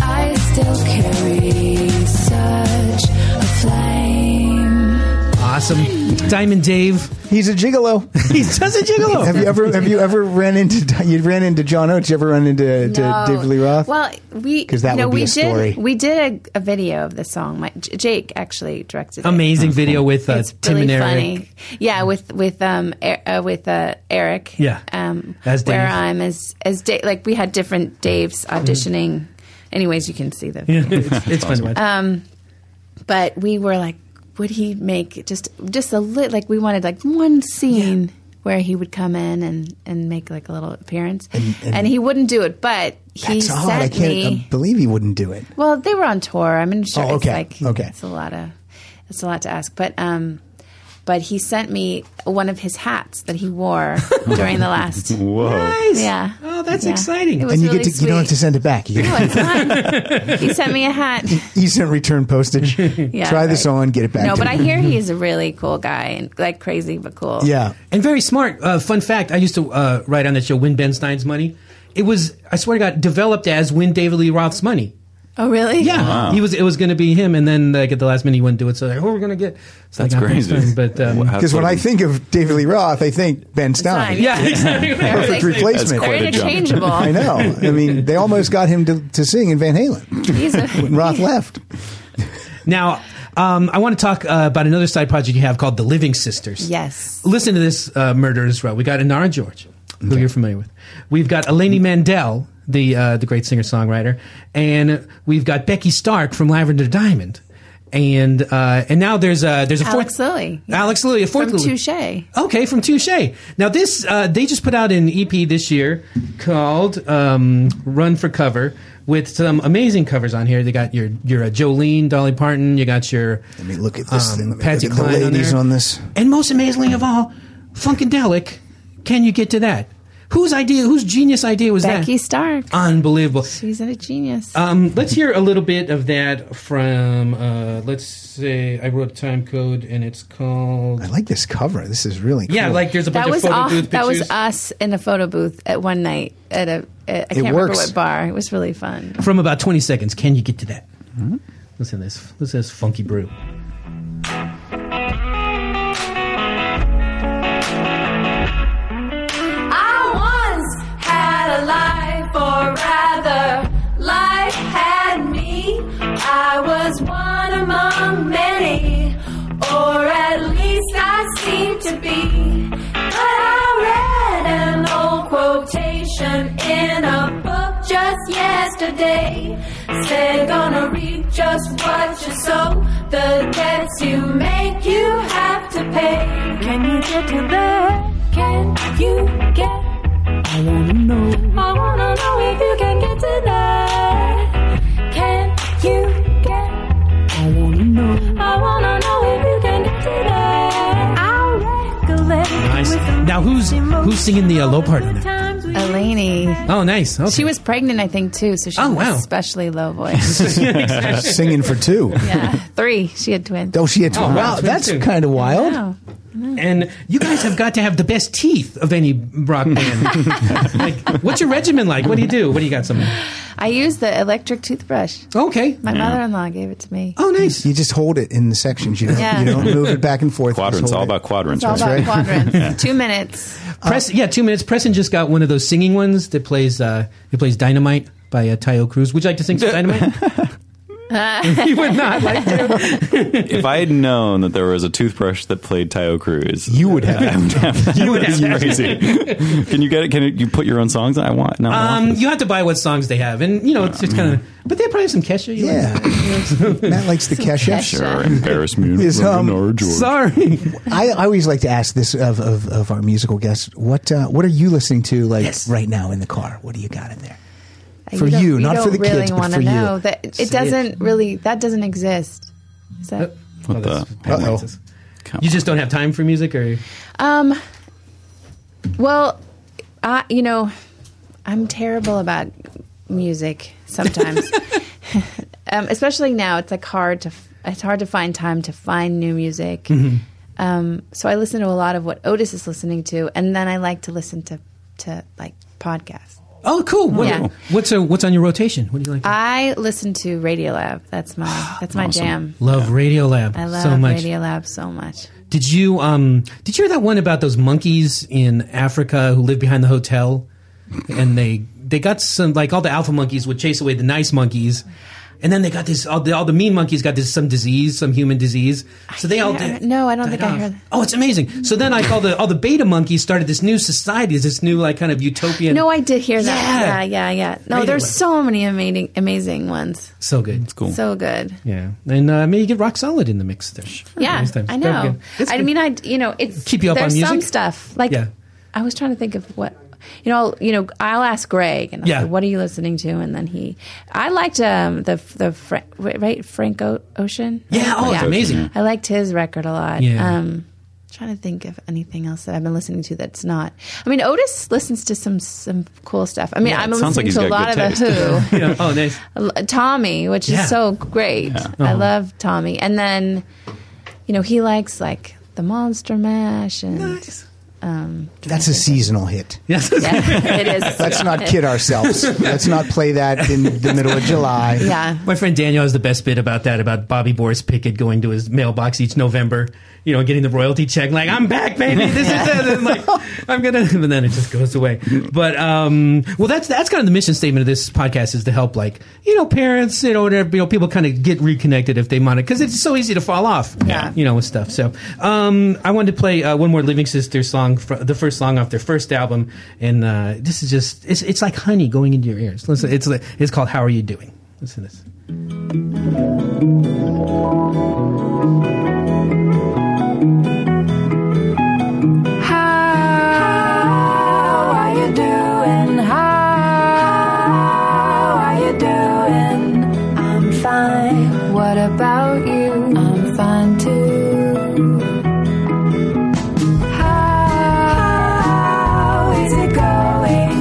F: I still carry such a flame.
C: Awesome, Diamond Dave. *laughs*
B: He's a gigolo.
C: He's just a gigolo.
B: Have you ever? Have you ever ran into? You ran into John Oates. You ever run into to
E: No.
B: David Lee Roth?
E: Well, we
B: 'Cause that
E: you know,
B: would be
E: we
B: a story.
E: Did, we did a, a video of the song. My, J- Jake actually directed. it.
C: Amazing video with uh,
E: it's
C: Tim
E: really
C: and Eric.
E: funny. Yeah, with with um er, uh, with uh, Eric.
C: Yeah.
E: um,
C: As Dave. Mm-hmm.
E: where I'm as as da- like we had different Daves auditioning. Anyways, you can see them.
C: Yeah, *laughs* it's, it's fun to
E: Uh,
C: watch.
E: But we were like, would he make just just a lit like we wanted like one scene where he would come in and and make like a little appearance, and,
B: and-
E: he wouldn't do it, but. He
B: That's odd.
E: sent
B: I can't
E: me.
B: uh, believe he wouldn't do it.
E: Well, they were on tour. I'm sure
B: Oh, okay,
E: it's like
B: okay.
E: it's a lot of it's a lot to ask. But um but he sent me one of his hats that
B: *laughs*
E: he wore during the last
D: Whoa.
C: nice.
E: Yeah.
C: Oh, that's
E: Yeah.
C: exciting.
E: It was
B: And you
E: really
B: get to. You don't have to *laughs*
E: sweet.
B: send it back.
E: *laughs*
B: You
E: No, it's fine. he sent me a hat.
B: you sent return
C: *laughs*
B: postage.
E: Yeah,
B: Try this
E: right.
B: on. Get it back.
E: No,
B: to
E: but
B: me.
E: I hear
B: *laughs*
E: he's a really cool guy and like crazy but cool.
B: Yeah.
C: and very smart. Uh, fun fact: I used to uh, write on that show, "Win Ben Stein's Money." It was, I swear to God, developed as "Win David Lee Roth's Money."
E: Oh really?
C: Yeah, he was. It was going to be him, and then like at the last minute, he wouldn't do it. So like, who are we going to get? It's
D: That's
C: like, oh,
D: crazy.
C: fine, But um,
D: Wow.
B: Because when I
D: That's
B: think of David Lee Roth, I think Ben Stein.
E: fine.
C: yeah, exactly.
E: Perfect Like,
B: replacement.
E: They're
D: Quite a jump.
B: *laughs*
E: interchangeable.
B: I know. I mean, they almost got him to, to sing in Van Halen.
E: He's a,
B: When *laughs* Roth left.
C: Now, um, I want to talk uh, about another side project you have called the Living Sisters.
E: yes.
C: Listen to this uh, murderer's row. We got Inara George, who you're familiar with. We've got Eleni Mandel, the uh, the great singer songwriter, and we've got Becky Stark from Lavender Diamond, and uh, and now there's a there's a
E: Alex
C: fourth
E: Lilly.
C: Alex Lilly, a fourth
E: From
C: Lilly.
E: Touche.
C: Okay, from Touche. Now this, uh, they just put out an EP this year called um, "Run for Cover" with some amazing covers on here. They got your your uh, Jolene, Dolly Parton. You got your
B: Let me look at this thing. Let me
C: Um, Patsy
B: look at the
C: Cline on
B: ladies
C: there.
B: on this.
C: and most amazingly of all, Funkadelic. Can you get to that? Whose idea? Whose genius idea was
E: Becky
C: that?
E: Stark.
C: Uh, Unbelievable.
E: She's a genius.
C: Um, let's hear a little bit of that from. Uh, let's say I wrote time code and it's called.
B: I like this cover. This is really cool.
C: Yeah, like there's a bunch
E: that was
C: of photo
E: off,
C: booth
E: that was
C: pictures
E: us in a photo booth at one night at a at, I can't remember
B: works.
E: what bar. It was really fun.
C: from about 20 seconds. Can you get to that? Listen to this. Listen to this funky brew.
F: I once had a life, or rather, life had me. I was one among many, or at least I seemed to be. But I read an old quotation in a book just yesterday. Said, gonna reap just what you sow. The debts you make, you have to pay. Can you get to that? Can you get? I wanna know if you can get to that. Can you get? I wanna know. I wanna know if you can get to that. I recollect.
C: Nice.
F: with the
C: Now who's- who's singing the, uh, low part on that?
F: times we
E: Eleni.
C: Oh, nice. Okay.
E: She was pregnant, I think, too, so she
C: Oh,
E: had an
C: wow.
B: *laughs*
E: especially low voice.
B: singing for two.
E: yeah. Three. She had twins. Oh.
B: Oh, she had two.
C: Oh, wow,
B: wow,
C: twin
B: that's
C: two.
B: kind of wild.
E: Wow.
C: And you guys have got to have the best teeth of any rock band. like, what's your regimen like? What do you do? What do you got? Some
E: I used the electric toothbrush.
C: okay.
E: My mother-in-law gave it to me.
C: Oh, nice.
B: You just hold it in the sections. You don't,
E: Yeah.
B: you don't move it back and forth. You just
D: Quadrants,
B: hold
D: all
B: it.
D: about *laughs* quadrants,
E: It's all
D: right?
E: about
B: right. *laughs*
E: quadrants. Two minutes.
C: Press. Yeah, two minutes. Preston just got one of those singing ones that plays. Uh, it plays Dynamite by uh, Tayo Cruz. Would you like to sing some Dynamite? *laughs* he would not like to.
D: If I had known that there was a toothbrush that played Tayo Cruz,
B: You
D: *laughs*
B: would have.
D: you
C: would have that.
D: crazy. Can you get it? Can you put your own songs? I want. No, I want
C: Um,
D: this.
C: you have to buy what songs they have, and you know it's, it's kind of. But they probably have some Kesha. You
B: Yeah. *laughs* Matt likes the Kesha.
E: Kesha.
D: Sure,
E: *laughs*
D: embarrass me in
B: Is,
D: front of
B: um,
D: Nora George.
C: Like. Sorry.
B: I, I always like to ask this of, of, of our musical guests. What uh, what are you listening to like right now in the car? What do you got in there? For
E: don't-
B: you, not
E: don't
B: for the
E: really
B: kids, but
E: wanna
B: for you.
E: know. That, it
B: Say it.
E: doesn't really. That doesn't exist. Is that?
D: What the-
C: that's-
B: Uh-oh.
D: Come
C: You just don't have time for music, or
E: Um. Well, I you know, I'm terrible about music sometimes. um, especially now, it's like hard to it's hard to find time to find new music. Um, so I listen to a lot of what Otis is listening to, and then I like to listen to to like podcasts.
C: oh, cool. What,
E: Yeah. Uh,
C: What's a, what's on your rotation? What do you like? to-
E: I listen to Radiolab. that's my that's my
D: Awesome.
E: jam.
C: love Radio Lab
E: I love
C: so much.
E: Radiolab so much.
C: Did you um did you hear that one about those monkeys in Africa who live behind the hotel and they they got some like all the alpha monkeys would chase away the nice monkeys and then they got this all the, all the mean monkeys got this some disease some human disease so they all
E: can't
C: did,
E: remem- no, I don't think I heard that.
C: oh it's amazing so then like all the all the beta monkeys started this new society this new like kind of utopian
E: No, I did hear that. Yeah, yeah, yeah. No,
C: Radiolab.
E: there's so many amazing amazing ones.
C: so good
D: cool.
E: So good.
C: yeah and uh, maybe get rock solid in the mix there
E: Yeah,
C: Next time.
E: I
C: Very
E: know.
C: good. It's
E: I
C: good.
E: mean, I you know, it's
C: Keep you up on
E: there's some
C: music?
E: stuff like
C: Yeah.
E: I was trying to think of what you know. You know, I'll ask Greg and I'll
C: Yeah.
E: say, "What are you listening to?" And then he, I liked um, the the Fra- right Frank o- Ocean.
C: yeah oh it's amazing
E: I liked his record a lot.
C: Yeah.
E: Um, trying to think of anything else that I've been listening to that's not. I mean, Otis listens to some some cool stuff. I mean, I'm
D: sounds like
E: listening
D: he's
E: to a
D: got
E: lot of
D: good
E: the
C: *laughs*
E: Who.
C: yeah. oh
E: *laughs*
C: nice
E: Tommy, which
C: Yeah. Uh-huh.
E: is so great. I love Tommy. And then, you know, he likes like the Monster Mash and um,
B: That's a seasonal hit.
C: yes
E: yeah,
B: *laughs*
E: it is.
B: Let's not kid
E: *laughs*
B: ourselves. Let's not play that in the middle of July.
E: Yeah.
C: My friend Daniel has the best bit about that about Bobby Boris Pickett going to his mailbox each November, you know, getting the royalty check, like I'm back, baby. This is it. And like I'm gonna, and then it just goes away. But um, well, that's that's kind of the mission statement of this podcast is to help, like you know, parents, you know, whatever, you know, people kind of get reconnected if they want it because it's so easy to fall off,
E: Yeah.
C: you know, with stuff. So um, I wanted to play uh, one more Living Sisters song, fr- the first song off their first album, and uh, this is just it's it's like honey going into your ears. Listen, it's it's called How Are You Doing? Listen to this.
F: How are you doing? How are you doing? I'm fine. What about you? I'm fine too. How is it going?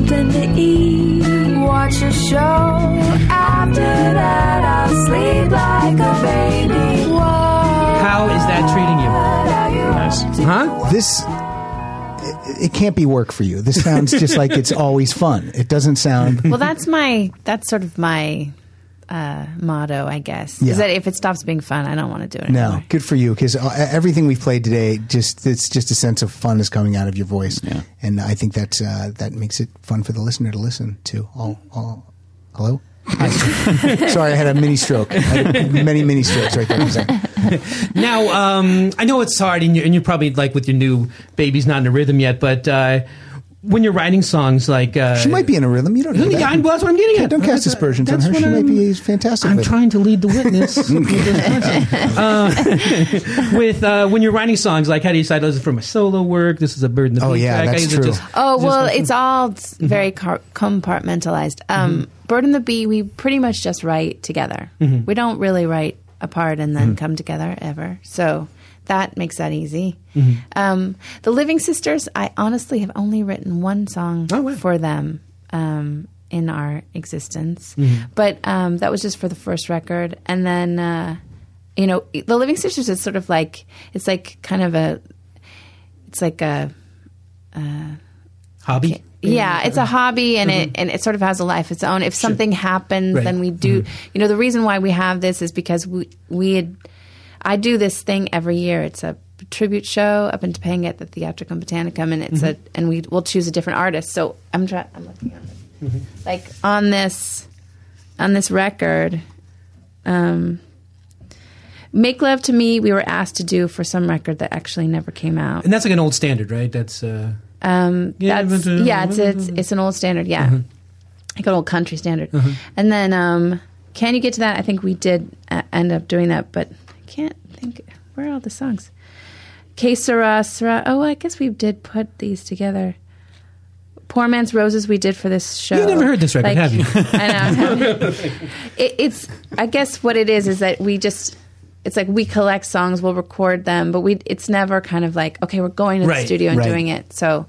G: eat. Watch a show. After that, I'll sleep like a baby. What
C: How is that treating you?
G: are you
D: Nice.
C: Huh?
B: This it- it can't be work for you. This sounds just like it's always fun. It doesn't sound
E: Well, that's my that's sort of my uh, motto, I guess.
B: Yeah.
E: Is that if it stops being fun, I don't want to do it
B: no.
E: anymore.
B: Good for you because everything we've played today just it's just a sense of fun is coming out of your voice,
D: Yeah.
B: and I think that's uh, that makes it fun for the listener to listen to. All, all hello.
E: *laughs*
B: Hi. Sorry, I had a mini stroke. I had many mini strokes right there. Sorry.
C: Now, um, I know it's hard, and you're, and you're probably like with your new baby's not in a rhythm yet, but uh, when you're writing songs, like uh,
B: She might be in a rhythm. You don't know.
C: Yeah,
B: that.
C: I- well, that's what I'm getting at.
B: Don't cast
C: That's-
B: aspersions on
C: that's
B: her.
C: what
B: She might
C: I'm-
B: be fantastic.
C: I'm
B: with it.
C: trying to lead the witness.
B: *laughs*
C: with, this question. *laughs* uh, with uh, when you're writing songs, like how do you decide "Oh, this is for my solo work? This is a bird in the
B: Oh,
C: bee
B: yeah,
C: track? I
B: that's
C: either
B: true.
C: just-
E: Oh
C: just
E: well,
C: like- Mm-hmm.
E: it's all s- very car- compartmentalized. Um, Bird and the Bee, we pretty much just write together.
C: Mm-hmm.
E: We don't really write apart and then come together ever. So that makes that easy.
C: Mm-hmm.
E: Um, the Living Sisters, I honestly have only written one song
C: Oh, wow.
E: for them um, in our existence,
C: Mm-hmm.
E: but um, that was just for the first record, and then. Uh, you know, the Living Sisters is sort of like it's like kind of a it's like a
C: hobby.
E: yeah, it's a hobby and it and it sort of has a life its own. If something happens,
C: Right.
E: then we do. You know, the reason why we have this is because we we had. I do this thing every year. It's a tribute show up in Topanga at the Theatricum Botanicum, and it's a and we will choose a different artist. So I'm trying. I'm looking on this. like on this on this record. Um, Make Love to Me, we were asked to do for some record that actually never came out.
C: and that's like an old standard, right? That's uh,
E: Um,
C: Yeah,
E: that's,
C: but, uh, Uh-huh.
E: yeah, it's, it's it's an old standard, yeah, like an old country standard. And then, um, can you get to that? I think we did uh, end up doing that, but I can't think where are all the songs. Que sera, sera. Oh, I guess we did put these together. Poor man's roses. We did for this show.
C: You've never heard this record, have you?
E: *laughs* I know. *laughs* it, it's. I guess what it is is that we just. It's like we collect songs, we'll record them, but we. It's never kind of like okay, we're going to
C: Right,
E: the studio and
B: right.
E: doing it. So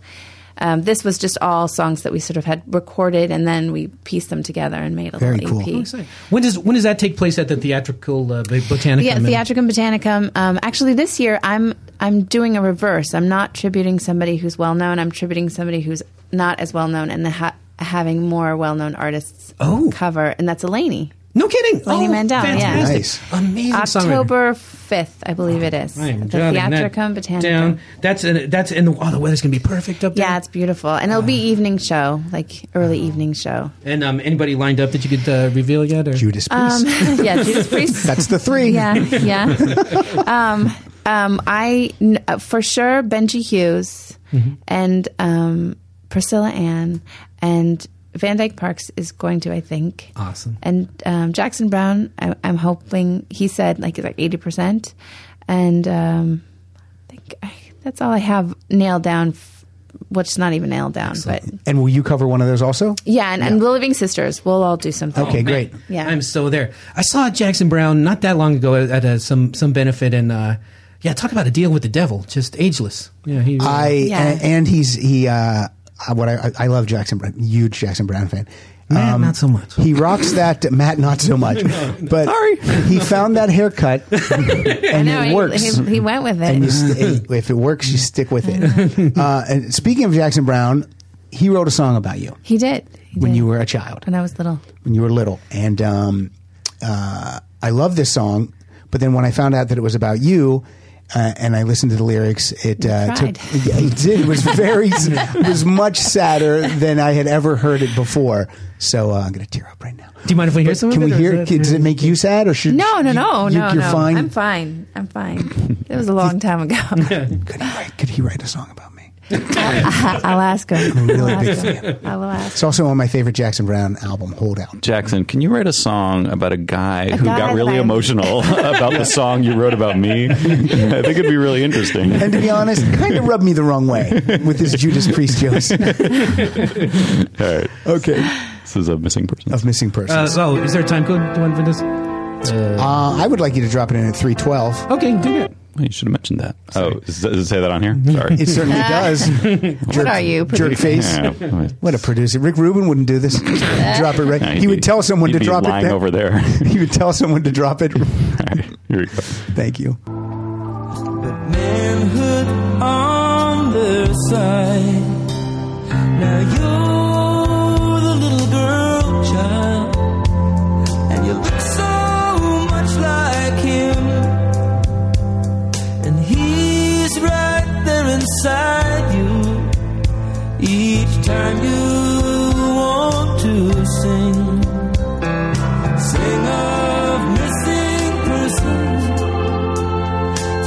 E: um, this was just all songs that we sort of had recorded, and then we pieced them together and made a
B: Very
E: little E
B: cool.
E: EP.
B: Oh,
C: when does when does that take place at the theatrical uh, bo- botanicum?
E: Yeah,
C: And-
E: Theatricum Botanicum. Um, actually, this year I'm I'm doing a reverse. I'm not tributing somebody who's well known. I'm tributing somebody who's not as well known and ha- having more well known artists
C: Oh.
E: cover, and that's Elaney.
C: No kidding.
E: Lady
C: oh,
E: Mandel, yeah.
C: Fantastic.
B: Nice.
C: Amazing songwriter.
E: October fifth, I believe it is.
C: I am
E: the
C: jotting that
E: Theatricum Botanicum.
C: down. That's an, that's and the, oh, the weather's gonna be perfect up there.
E: Yeah, it's beautiful, and it'll be evening show, like early evening show.
C: And um, anybody lined up that you could uh, reveal yet? Or
B: Judas
E: Um, *laughs*
B: Priest. *laughs*
E: yeah, Judas Priest.
B: That's the three.
E: *laughs* Yeah, yeah. um, um, I kn- uh, for sure Benji Hughes
B: Mm-hmm.
E: and um, Priscilla Ann and Van Dyke Parks is going to, I think.
B: Ah.
C: Awesome.
E: And um, Jackson Brown, I, I'm hoping he said like it's like eighty percent, and um, I think I, that's all I have nailed down. F- which not even nailed down, but
B: And will you cover one of those also?
E: yeah, and, and the Living Sisters, we'll all do something. *laughs*
B: Okay, great.
E: Yeah.
C: I'm so there. I saw Jackson Brown not that long ago at, at uh, some some benefit, and uh, yeah, talk about a deal with the devil, just ageless. Yeah, he. uh,
B: I
E: Yeah.
B: and, and he's he. Uh, I- what I I love Jackson Brown, huge Jackson Brown fan. Um,
C: Matt, not so much.
B: He rocks that Matt, not so
C: *laughs*
B: much. But
C: Sorry.
B: he found that haircut, and
E: No,
B: it
E: he-
B: works.
E: He, he went with it.
B: and you st- if it works, you stick with
E: *laughs*
B: it. Uh, and speaking of Jackson Brown, he wrote a song about you
E: he did. He
B: when
E: did.
B: you were a child,
E: when I was little.
B: when you were little, and um, uh, I love this song. But then when I found out that it was about you. Uh, and I listened to the lyrics. It uh,
E: cried.
B: took. *laughs* Yeah, it did. It was very. it was much sadder than I had ever heard it before. So uh, I'm going to tear up right now.
C: Do you mind if we hear
B: But
C: some of
B: Can
C: it,
B: we
C: or is
B: hear?
C: that-
B: Does it make you sad, or should
E: No, no, no,
B: you,
E: no,
B: You're
E: no.
B: fine.
E: I'm fine. I'm fine. It was
B: *laughs*
E: a long time ago.
B: Could he write? Could he write a song about me?
E: *laughs* I'll ask him.
B: I'm a really
E: I'll
B: big
E: ask him. I will ask.
B: It's also on my favorite Jackson Brown album, Hold Out.
D: Jackson, can you write a song about a guy who
E: guy
D: got really
E: that- *laughs*
D: emotional about the song you wrote about me? I think it'd be really interesting.
B: And to be honest, kind of rubbed me the wrong way with this Judas Priest jokes.
C: *laughs*
D: All right.
B: Okay,
D: This is a missing
B: *laughs*
D: person.
B: of missing
C: Uh,
B: persons. Uh,
C: oh, is there a time code? Do you want to this?
D: *laughs*
B: I would like you to drop it in at three twelve.
C: Okay, do that.
D: Well, you should have mentioned that. Oh, does it say that on here? Sorry.
B: It certainly does.
E: what are you?
B: *laughs* Jerk face.
D: *laughs* Yeah.
B: What a producer! Rick Rubin wouldn't do
D: *laughs*
B: this. drop it right.
D: No, he'd
B: he would
D: be-
B: tell someone
D: he'd
B: to
D: be
B: drop
D: lying
B: it.
D: over
B: *laughs*
D: there. *laughs*
B: He would tell someone to drop it. *laughs*
D: All right, here we go.
B: Thank you.
A: manhood on their side. Now you're the little girl child, and you look so much like him, and he's right there inside you each time you want to sing. Sing of missing persons.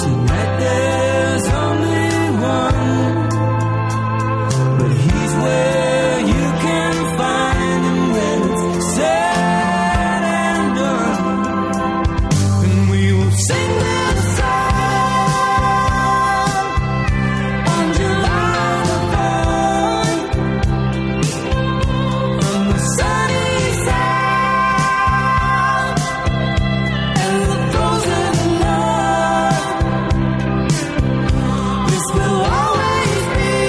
A: Tonight there's only one, but he's where you can find him when it's said and done. And we will sing this song on July the fourth on the sunny south and the frozen north. This will always be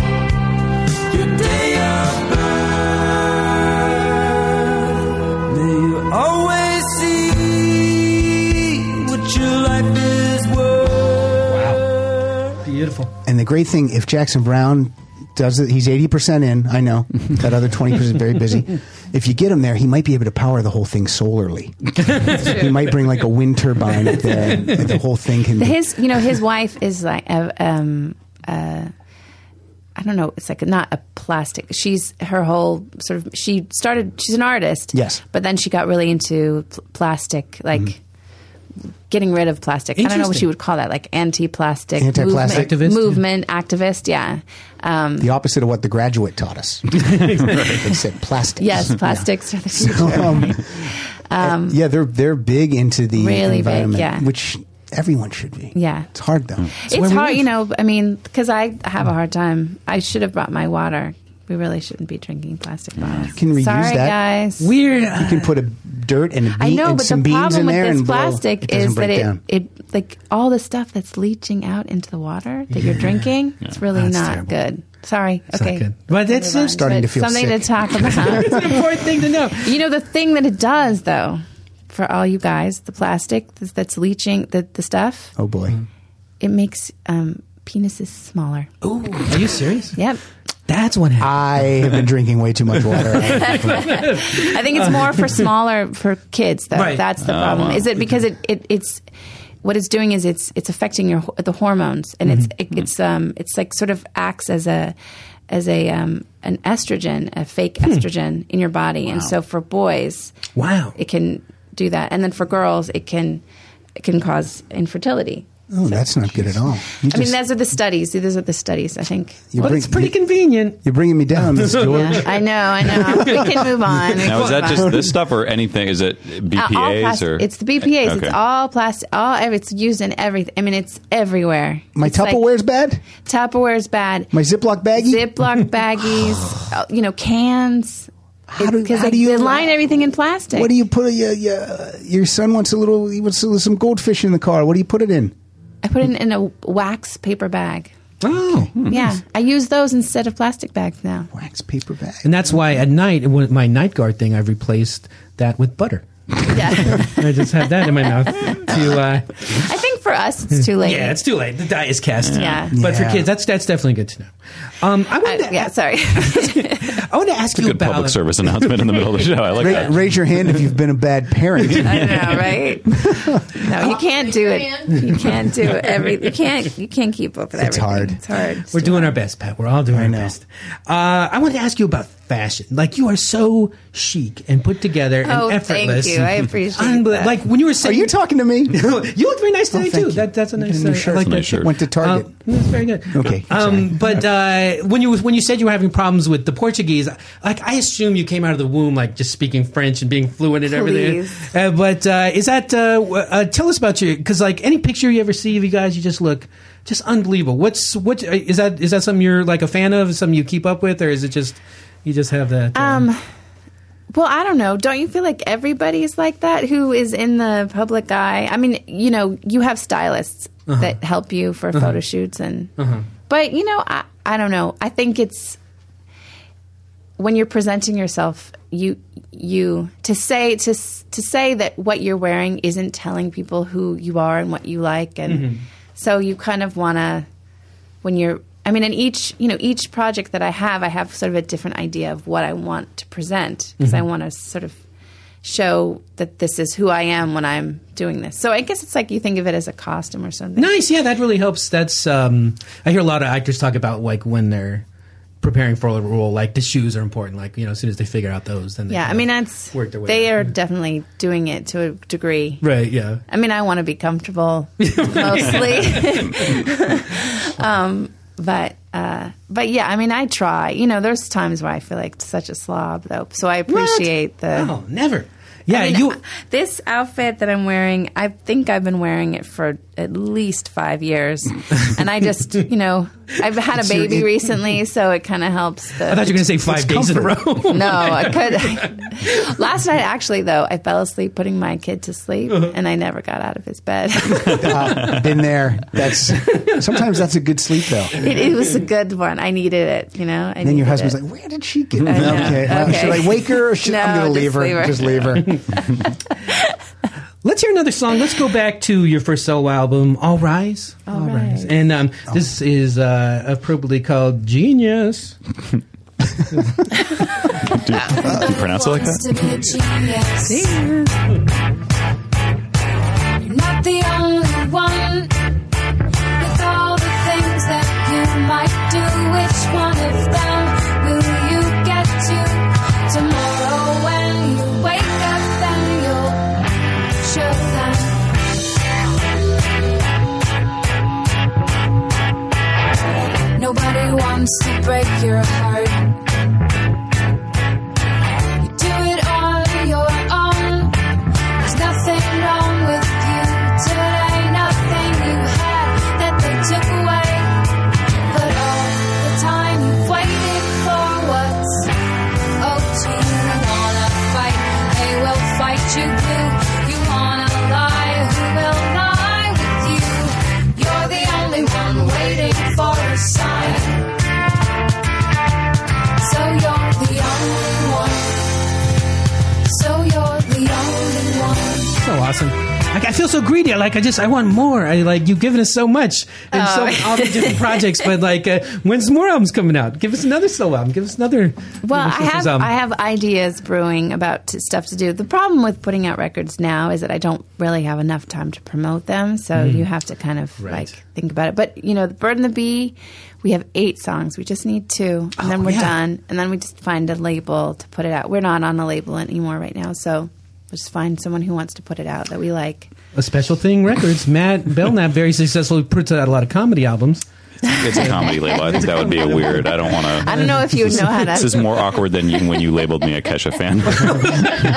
A: your day of birth. May you always see what your life is worth.
C: Beautiful.
B: And the great thing, if Jackson Brown does it, he's 80% in. I
D: *laughs*
B: know. That other 20% is very busy. If you get him there, he might be able to power the whole thing
D: *laughs*
B: solarly. he might bring like a wind turbine up there and the whole thing can be.
E: his you know his wife is like a, um uh I don't know. It's like not a plastic. She's her whole sort of. She started. She's an artist.
B: Yes.
E: But then she got really into pl- plastic, like
B: Mm-hmm.
E: getting rid of plastic. I don't know what
C: Interesting.
E: she would call that, like anti-plastic,
B: Anti-plastic.
E: movement,
C: Activist?
E: movement activist. Yeah. Um,
B: The opposite of what the graduate taught
D: *laughs*
B: us. they said plastics. *laughs*
E: yes, plastics are the future. *laughs*
B: Um, yeah, they're they're big into the
E: Um, Really big,
B: environment,
E: yeah.
B: which everyone should be.
E: Yeah.
B: it's hard though.
E: it's
C: we
E: hard,
C: live.
E: you know. I mean, because I have a hard time. I should have brought my water. We really shouldn't be drinking plastic bottles.
B: can reuse
E: Sorry,
B: that.
E: guys.
C: Weird.
B: You can put a dirt and a
E: I
B: bean-
E: know,
B: and
E: but
B: some
E: the
B: beans in
E: problem with
B: there
E: this
B: and blow.
E: plastic
B: It doesn't
E: is that
B: break
E: it,
B: down.
E: it like all the stuff that's leaching out into the water that you're drinking. It's really
B: That's
E: not
B: terrible.
E: good. Sorry. okay.
C: good. But that's
E: Move on.
C: that's
B: Starting
E: But
B: to feel
E: something
B: sick.
E: to talk about.
B: *laughs*
C: an important thing to know.
E: you know the thing that it does though for all you guys, the plastic that's, that's leaching the, the stuff,
B: oh boy.
E: *laughs* it makes um, penises smaller.
C: Ooh, are you serious?
E: Yep.
C: That's what happened.
B: I have been drinking way too much
E: *laughs*
B: water.
E: I think it's more for smaller for kids though.
C: Right.
E: That's the problem.
D: Oh, wow.
E: Is it because it, it it's what it's doing is it's it's affecting your ho- the hormones and it's
D: Mm-hmm.
E: it, it's um it's like sort of acts as a as a um an estrogen a fake estrogen in your body and so for boys
C: wow.
E: Ah. it can do that and then for girls it can it can cause infertility.
B: oh, that's not good at all. You
E: I mean,
B: just-
E: those are the studies. These are the studies. I think.
B: you
C: well,
B: bring-
C: it's pretty
B: you-
C: convenient.
B: You're bringing me
E: *laughs*
B: down, Miss George.
E: Yeah, I know. I know. We can move on. We
D: Now, is
E: can move
D: that
E: on.
D: just this stuff or anything? Is it
E: Uh, all
D: BPAs
E: plastic.
D: or?
E: it's the BPAs.
D: Okay.
E: It's all plastic. All ev- it's used in everything. I mean, it's everywhere.
B: My
E: It's like-
B: Tupperware's bad.
E: Tupperware's bad.
B: My Ziploc baggie. *laughs*
E: Ziploc baggies. uh, you know, cans.
B: How do- how
E: they,
B: do you-
E: they line everything in plastic?
B: What do you put? Your, your, your son wants a little. He wants some goldfish in the car. What do you put it in?
E: I put it in a wax paper bag.
C: Oh.
E: Yeah, I use those instead of plastic bags now.
B: Wax paper
E: *laughs*
B: bag.
C: And that's why at night, when my night guard thing, I've replaced that with butter.
E: Yeah,
C: I just have that in my mouth to. Uh,
E: I think for us it's too late.
C: yeah, it's too late. The die is cast.
E: Yeah.
C: But for
B: Yeah.
C: kids, that's that's definitely good to know. Um, I
E: Uh,
C: want to,
E: yeah, sorry. *laughs*
C: I want to ask you
D: Good
C: about
D: public service announcement in the middle of the show. I like
B: Ra-
D: that.
B: raise your hand if you've been a bad parent.
E: *laughs* I know, right? No, you can't do it. You can't do every. You can't. You can't keep up with
B: It's
E: everything.
B: hard.
E: It's hard.
C: We're doing our best, Pat. We're all doing our
B: know.
C: best. Uh, I want to ask you about fashion. Like you are so chic and put together and
E: Oh, thank
C: effortless.
E: you. I appreciate
C: Unbel-
E: that.
C: Like when you were
B: Are
C: saying,
B: you talking to me?
E: *laughs*
C: you look very nice today
B: thank
C: too.
B: you.
C: That, that's a
B: I
C: nice.
B: did a new
C: uh,
B: shirt.
C: I like
D: Nice
C: that
D: shirt.
B: Went to Target.
C: *laughs* Um, that's very good.
B: Okay,
C: Um, but uh, when you when you said you were having problems with the Portuguese, like I assume you came out of the womb like just speaking French and being fluent and
E: Please.
C: everything. Uh, but uh, is that uh, w- uh, tell us about your because like any picture you ever see of you guys, you just look just unbelievable. What's what is that uh, is that something you're like a fan of? Something you keep up with, or is it just you just have that? uh,
E: Um, Well, I don't know. Don't you feel like everybody's like that who is in the public eye? I mean, you know, you have stylists
C: Uh-huh.
E: that help you for photo shoots and but you know, I I don't know. I think it's when you're presenting yourself, you you to say to s- to say that what you're wearing isn't telling people who you are and what you like and
C: Mm-hmm.
E: so you kind of want to when you're I mean, in each you know each project that I have, I have sort of a different idea of what I want to present because
C: Mm-hmm.
E: I want to sort of show that this is who I am when I'm doing this. So I guess it's like you think of it as a costume or something.
C: Nice. Yeah, that really helps. That's um, I hear a lot of actors talk about like when they're preparing for a role, like the shoes are important. Like you know, as soon as they figure out those, then they
E: Yeah,
C: kind
E: I
C: of
E: mean that's
C: work their way.
E: they
C: out.
E: are definitely doing it to a degree.
C: right. Yeah.
E: I mean, I want to be
C: *laughs*
E: comfortable mostly, um, but uh, but yeah, I mean, I try. You know, there's times where I feel like such a slob though, so I appreciate the.
C: Oh, never. Yeah,
E: I mean,
C: you.
E: uh, this outfit that I'm wearing, I think I've been wearing it for at least
C: *laughs*
E: five years, and I just, you know, I've had a
B: your-
E: baby
B: it-
C: *laughs*
E: recently, so it kind of helps. The,
C: I thought you were going to say five days in a row. *laughs*
E: no, I could. *laughs* Last night, actually, though, I fell asleep putting my kid to sleep,
C: Uh-huh.
E: and I never got out of his
C: *laughs*
E: bed. *laughs* it,
B: Uh, been there. That's sometimes that's a good sleep though.
E: it was a good one. I needed it, you know. I
B: And then your
E: needed
B: husband's
E: it.
B: like, "Where did she get?"
E: know.
B: Okay, well,
E: Okay.
B: should I wake her? Or should, I'm
E: No,
B: going to leave
E: just
B: her.
E: leave her.
B: Just leave her.
C: Let's hear another song. Let's go back to your first solo album, All Rise. All
E: Rise.
C: And um, this is uh, appropriately called Genius.
D: you pronounce it like
F: wants
D: that?
F: to be a genius. You're not the only one with all the things that you might do. Which one of them will you get to tomorrow when you wake up? Then you'll show them. Nobody wants to break your heart. You do it all on your own. There's nothing wrong with you today, nothing you had that they took away. But all the time you've waited for what's owed to you. You wanna fight, they will fight you blue. You wanna lie, who will lie with you? You're the only one waiting for a sign. So you're the only one. So you're the only one.
C: So awesome. Like, I feel so greedy. Like I just I want more. I like you've given us so much and
E: Oh.
C: so all the
E: *laughs*
C: different projects. But like, uh, when's more albums coming out? Give us another solo album. Give us another.
E: Well,
C: give us
E: I
C: another
E: have
C: album.
E: I have ideas brewing about t- stuff to do. The problem with putting out records now is that I don't really have enough time to promote them, so you have to kind of
C: Hmm. Right.
E: like think about it. But you know, the bird and the bee, we have eight songs. We just need two, and then we're
C: Oh, yeah.
E: done. And then we just find a label to put it out. We're not on a label anymore right now, so we'll just find someone who wants to put it out that we like.
C: a special thing records. Matt Belknap very successfully puts out a lot of comedy albums.
D: It's a comedy label. I think that would be a weird. I don't want
E: I
D: to.
E: don't know if you would
C: *laughs*
E: know *laughs* how
D: This is
E: to.
D: more awkward than you, when you labeled me a Kesha fan.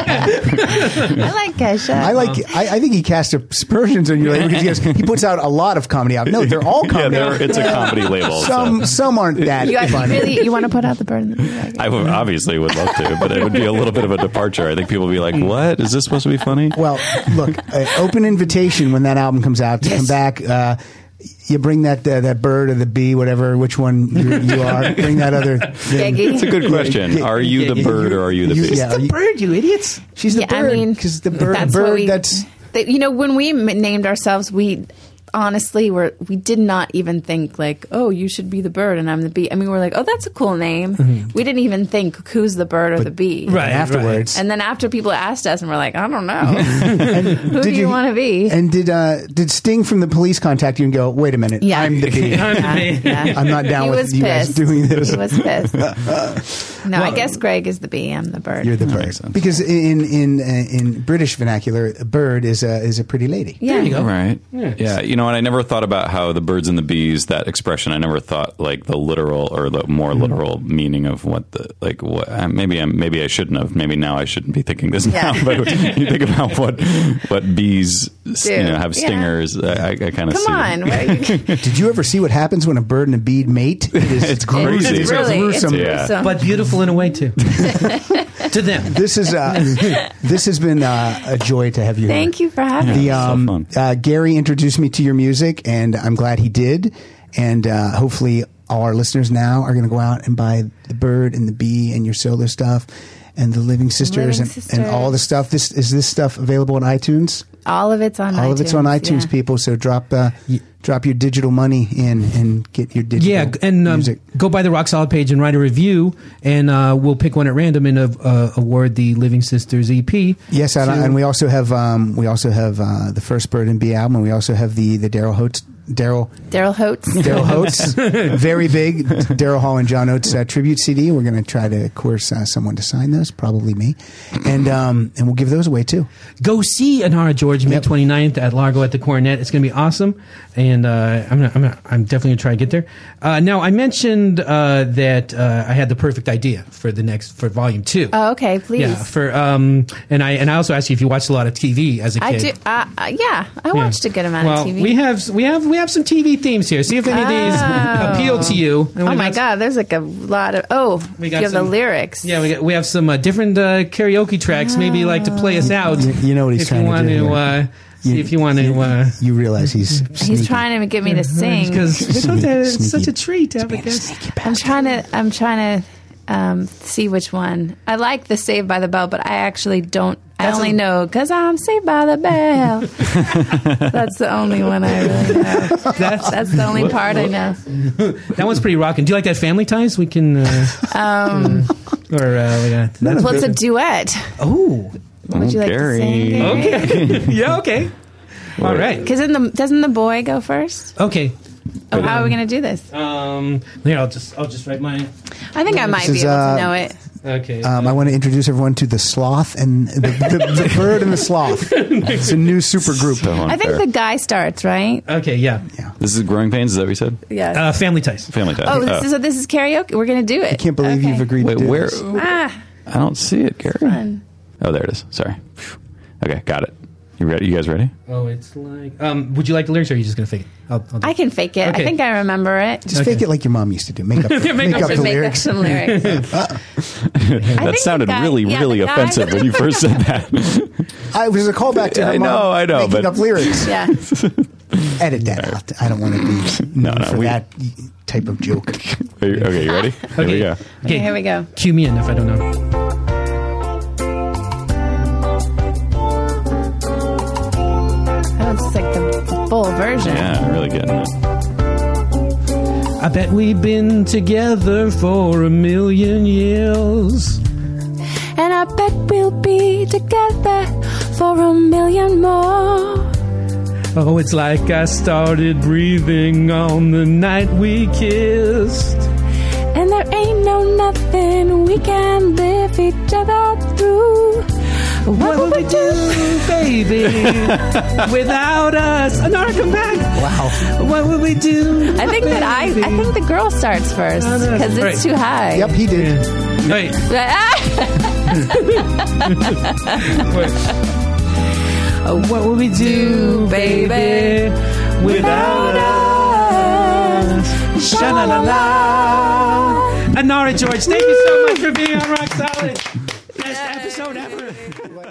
E: I like Kesha.
B: I like. I, I think he cast aspersions on your label because he, goes, he puts out a lot of comedy albums. No, they're all
D: yeah,
B: comedy.
D: there- it's a *laughs* comedy label.
B: some
D: so.
B: some aren't that
E: you guys
B: funny.
E: really you want to put out the bird and the bee. record?
D: I would, obviously would love to, but it would be a little bit of a departure. I think people would be like, "What is this supposed to be funny?"
B: Well, look, uh, open invitation when that album comes out to come back. Uh, you bring that uh, that bird or the bee, whatever, which one you, you are. Bring that other. Thing.
E: Gaggy.
D: It's a good question. Are you the bird or are you the
B: You-
D: beast?
B: yeah, you-
C: Bird, you idiots!
B: she's the
E: Yeah, I
B: bird
E: mean,
B: because the bird
E: that's what
B: bird
E: we-
B: that's
E: that you know when we m- named ourselves we honestly were we did not even think like oh you should be the bird and i'm the bee i mean we're like oh that's a cool name
B: Mm-hmm.
E: we didn't even think who's the bird or the bee
C: Right
B: afterwards.
E: and then after people asked us and we're like i
B: *laughs*
E: don't know who do you, want to be
B: And did uh, did Sting from the police contact you and go? Wait a minute,
E: Yeah.
B: *laughs*
E: *laughs*
B: I'm the bee.
E: Yeah, yeah.
B: I'm not down
E: he
B: with
E: was
B: you guys
E: pissed.
B: doing this.
E: he was
B: *laughs*
E: pissed no i guess greg is the bee i'm the bird
B: You're the
D: That
B: bird
D: makes sense.
B: because in in uh, in British vernacular, a bird is a is a pretty lady.
E: yeah Oh.
C: There you go.
D: Right. Yeah. You know what? I never thought about how the birds and the bees that expression. I never thought like the literal or the more
E: Mm-hmm.
D: literal meaning of what the like. What uh, maybe I'm maybe I shouldn't have. Maybe now I shouldn't be thinking this
E: Yeah.
D: now. *laughs* But you think about what what bees you know have
E: yeah.
D: stingers. I, I, I kind of
E: Come
D: see.
E: on, where
B: *laughs*
E: are you?
B: Did you ever see what happens when a bird and a bee mate? It is
D: It's crazy.
E: It's really
B: gruesome.
E: It's
D: Yeah.
E: gruesome.
C: but beautiful in a way
E: *laughs*
C: too. to them,
B: This is uh, *laughs* this has been uh, a joy to have you. here.
E: Thank you for having
B: The
E: me.
D: so
B: um,
D: fun.
B: uh, Gary introduced me to your music, and I'm glad he did. And uh, hopefully, all our listeners now are going to go out and buy the bird and the bee and your solo stuff and the Living Sisters, and,
E: Living
B: and
E: Sisters.
B: all the stuff. This is this stuff available on iTunes.
E: All of it's on iTunes.
B: all of it's on iTunes,
E: yeah.
B: people. So drop uh, drop your digital money in and get your digital
C: yeah, and um,
B: music.
C: go by the Rock Solid page and write a review, and uh, we'll pick one at random and uh, uh, award the Living Sisters E EP.
B: Yes, and, and we also have um, we also have uh, the first Bird and Bee album, and we also have the the Daryl Hotz Daryl
E: Daryl Hotz.
B: Daryl Hotz, very big Daryl Hall and John Oates uh, tribute CD. We're going to try to, of course, uh, someone to sign those, probably me, and um, and we'll give those away too.
C: go see Anara George May 29th at Largo at the Coronet. It's going to be awesome, and uh, I'm gonna, I'm, gonna, I'm definitely going to try to get there. Uh, now I mentioned uh, that uh, I had the perfect idea for the next for volume two.
E: Oh, okay, please.
C: yeah, for um, and I and I also asked you if you watched a lot of TV as a kid.
E: I do. Uh, uh, yeah, I
C: Yeah.
E: watched a good amount
C: well,
E: of TV.
C: We have we have we have some TV themes here. See if any of these
E: Oh.
C: appeal to you. And
E: oh
C: we
E: my
C: got-
E: God, there's like a lot of. Oh,
C: We
E: we
C: got
E: got you have
C: some-
E: the lyrics.
C: Yeah, we, got, we have some uh, different uh, karaoke tracks. Maybe like to play us
E: Oh.
C: out.
B: you- you know what he's
C: if
B: trying
C: you
B: to
C: want
B: do
C: to,
B: here.
C: uh, see
B: You-
C: if you want to. Uh,
B: You realize he's
E: He's
B: sneaky.
E: trying to get me to sing.
C: because *laughs* it's such a- it's such a
B: Sneaky.
C: treat to have a *laughs* guest.
E: I'm trying to. I'm trying to um, see which one. I like the Saved by the Bell, but I actually don't. I only know because I'm Saved by the Bell.
C: *laughs*
E: That's the only one I really know.
C: That's,
E: That's the only part I know.
C: that one's pretty rocking. Do you like that Family Ties? We can. Uh, um, or uh, we *laughs* got.
E: Well, it's a duet.
C: Oh,
E: Would you like
D: Gary.
E: to sing?
C: okay. *laughs* yeah, okay. All right.
E: Because the, doesn't the boy go first?
C: Okay.
E: Oh, how are we going to do this?
C: Um, here, I'll just I'll just write mine.
E: I think I might be
B: is,
E: able
B: uh,
E: to know it.
C: Okay.
B: Um, I want to introduce everyone to the sloth and the, the, the bird and the
C: *laughs*
B: sloth. It's a new super group.
D: So
E: I think
D: unfair.
E: the guy starts right.
C: okay. Yeah.
D: this is growing pains. Is that what you said?
E: Yes.
C: Uh, family Ties.
D: Family time.
E: oh, this is, so this is karaoke. We're going to do it.
B: I can't believe
E: Okay.
B: you've agreed
D: wait.
B: to do
D: Where?
B: this.
E: Ah,
D: I don't see it, Gary.
E: fun.
D: Oh, there it is. Sorry. Okay, got it. You ready? You guys ready?
C: Oh, it's like. Um, would you like the lyrics, or are you just gonna fake it? I'll, I'll do
E: I can fake it.
C: Okay.
E: I think I remember it.
B: Just fake it like your mom used to do.
C: *laughs*
B: Make up, make up
C: up the
B: the
E: Just make up
B: lyrics.
E: some
B: *laughs*
E: lyrics.
D: *laughs* That
E: the
D: sounded
E: guy-
D: really,
E: yeah,
D: really
E: the guy-
D: offensive when you first said that. *laughs*
B: I was a callback to her
D: I
B: mom
D: know, I know,
B: making
D: but-
B: up lyrics.
E: Yeah.
B: Edit that out. I don't want to be known
D: *laughs* no,
B: for
D: we-
B: that type of joke.
D: Are you- okay, you ready? Here we go.
C: Okay.
E: *laughs* Okay, here we go.
C: Cue me in if I don't know.
E: That was like the, the full version.
D: Yeah, really getting it.
C: I bet we've been together for a million years.
F: And I bet we'll be together for a million more.
C: Oh, it's like I started breathing on the night we kissed.
F: And there ain't no nothing we can live each other through.
C: What would we do, baby, without us? Anara, come back.
B: Wow.
C: What would we do?
E: I think that I, I think the girl starts first
C: No, no,
E: because
C: right.
E: it's too high.
B: Yep, he did.
C: Wait,
E: *laughs* Ah!
C: wait. *laughs* What would we do, baby, without us? Sha la la la. Anara George, thank you so much for being on Rock Solid. Best episode ever.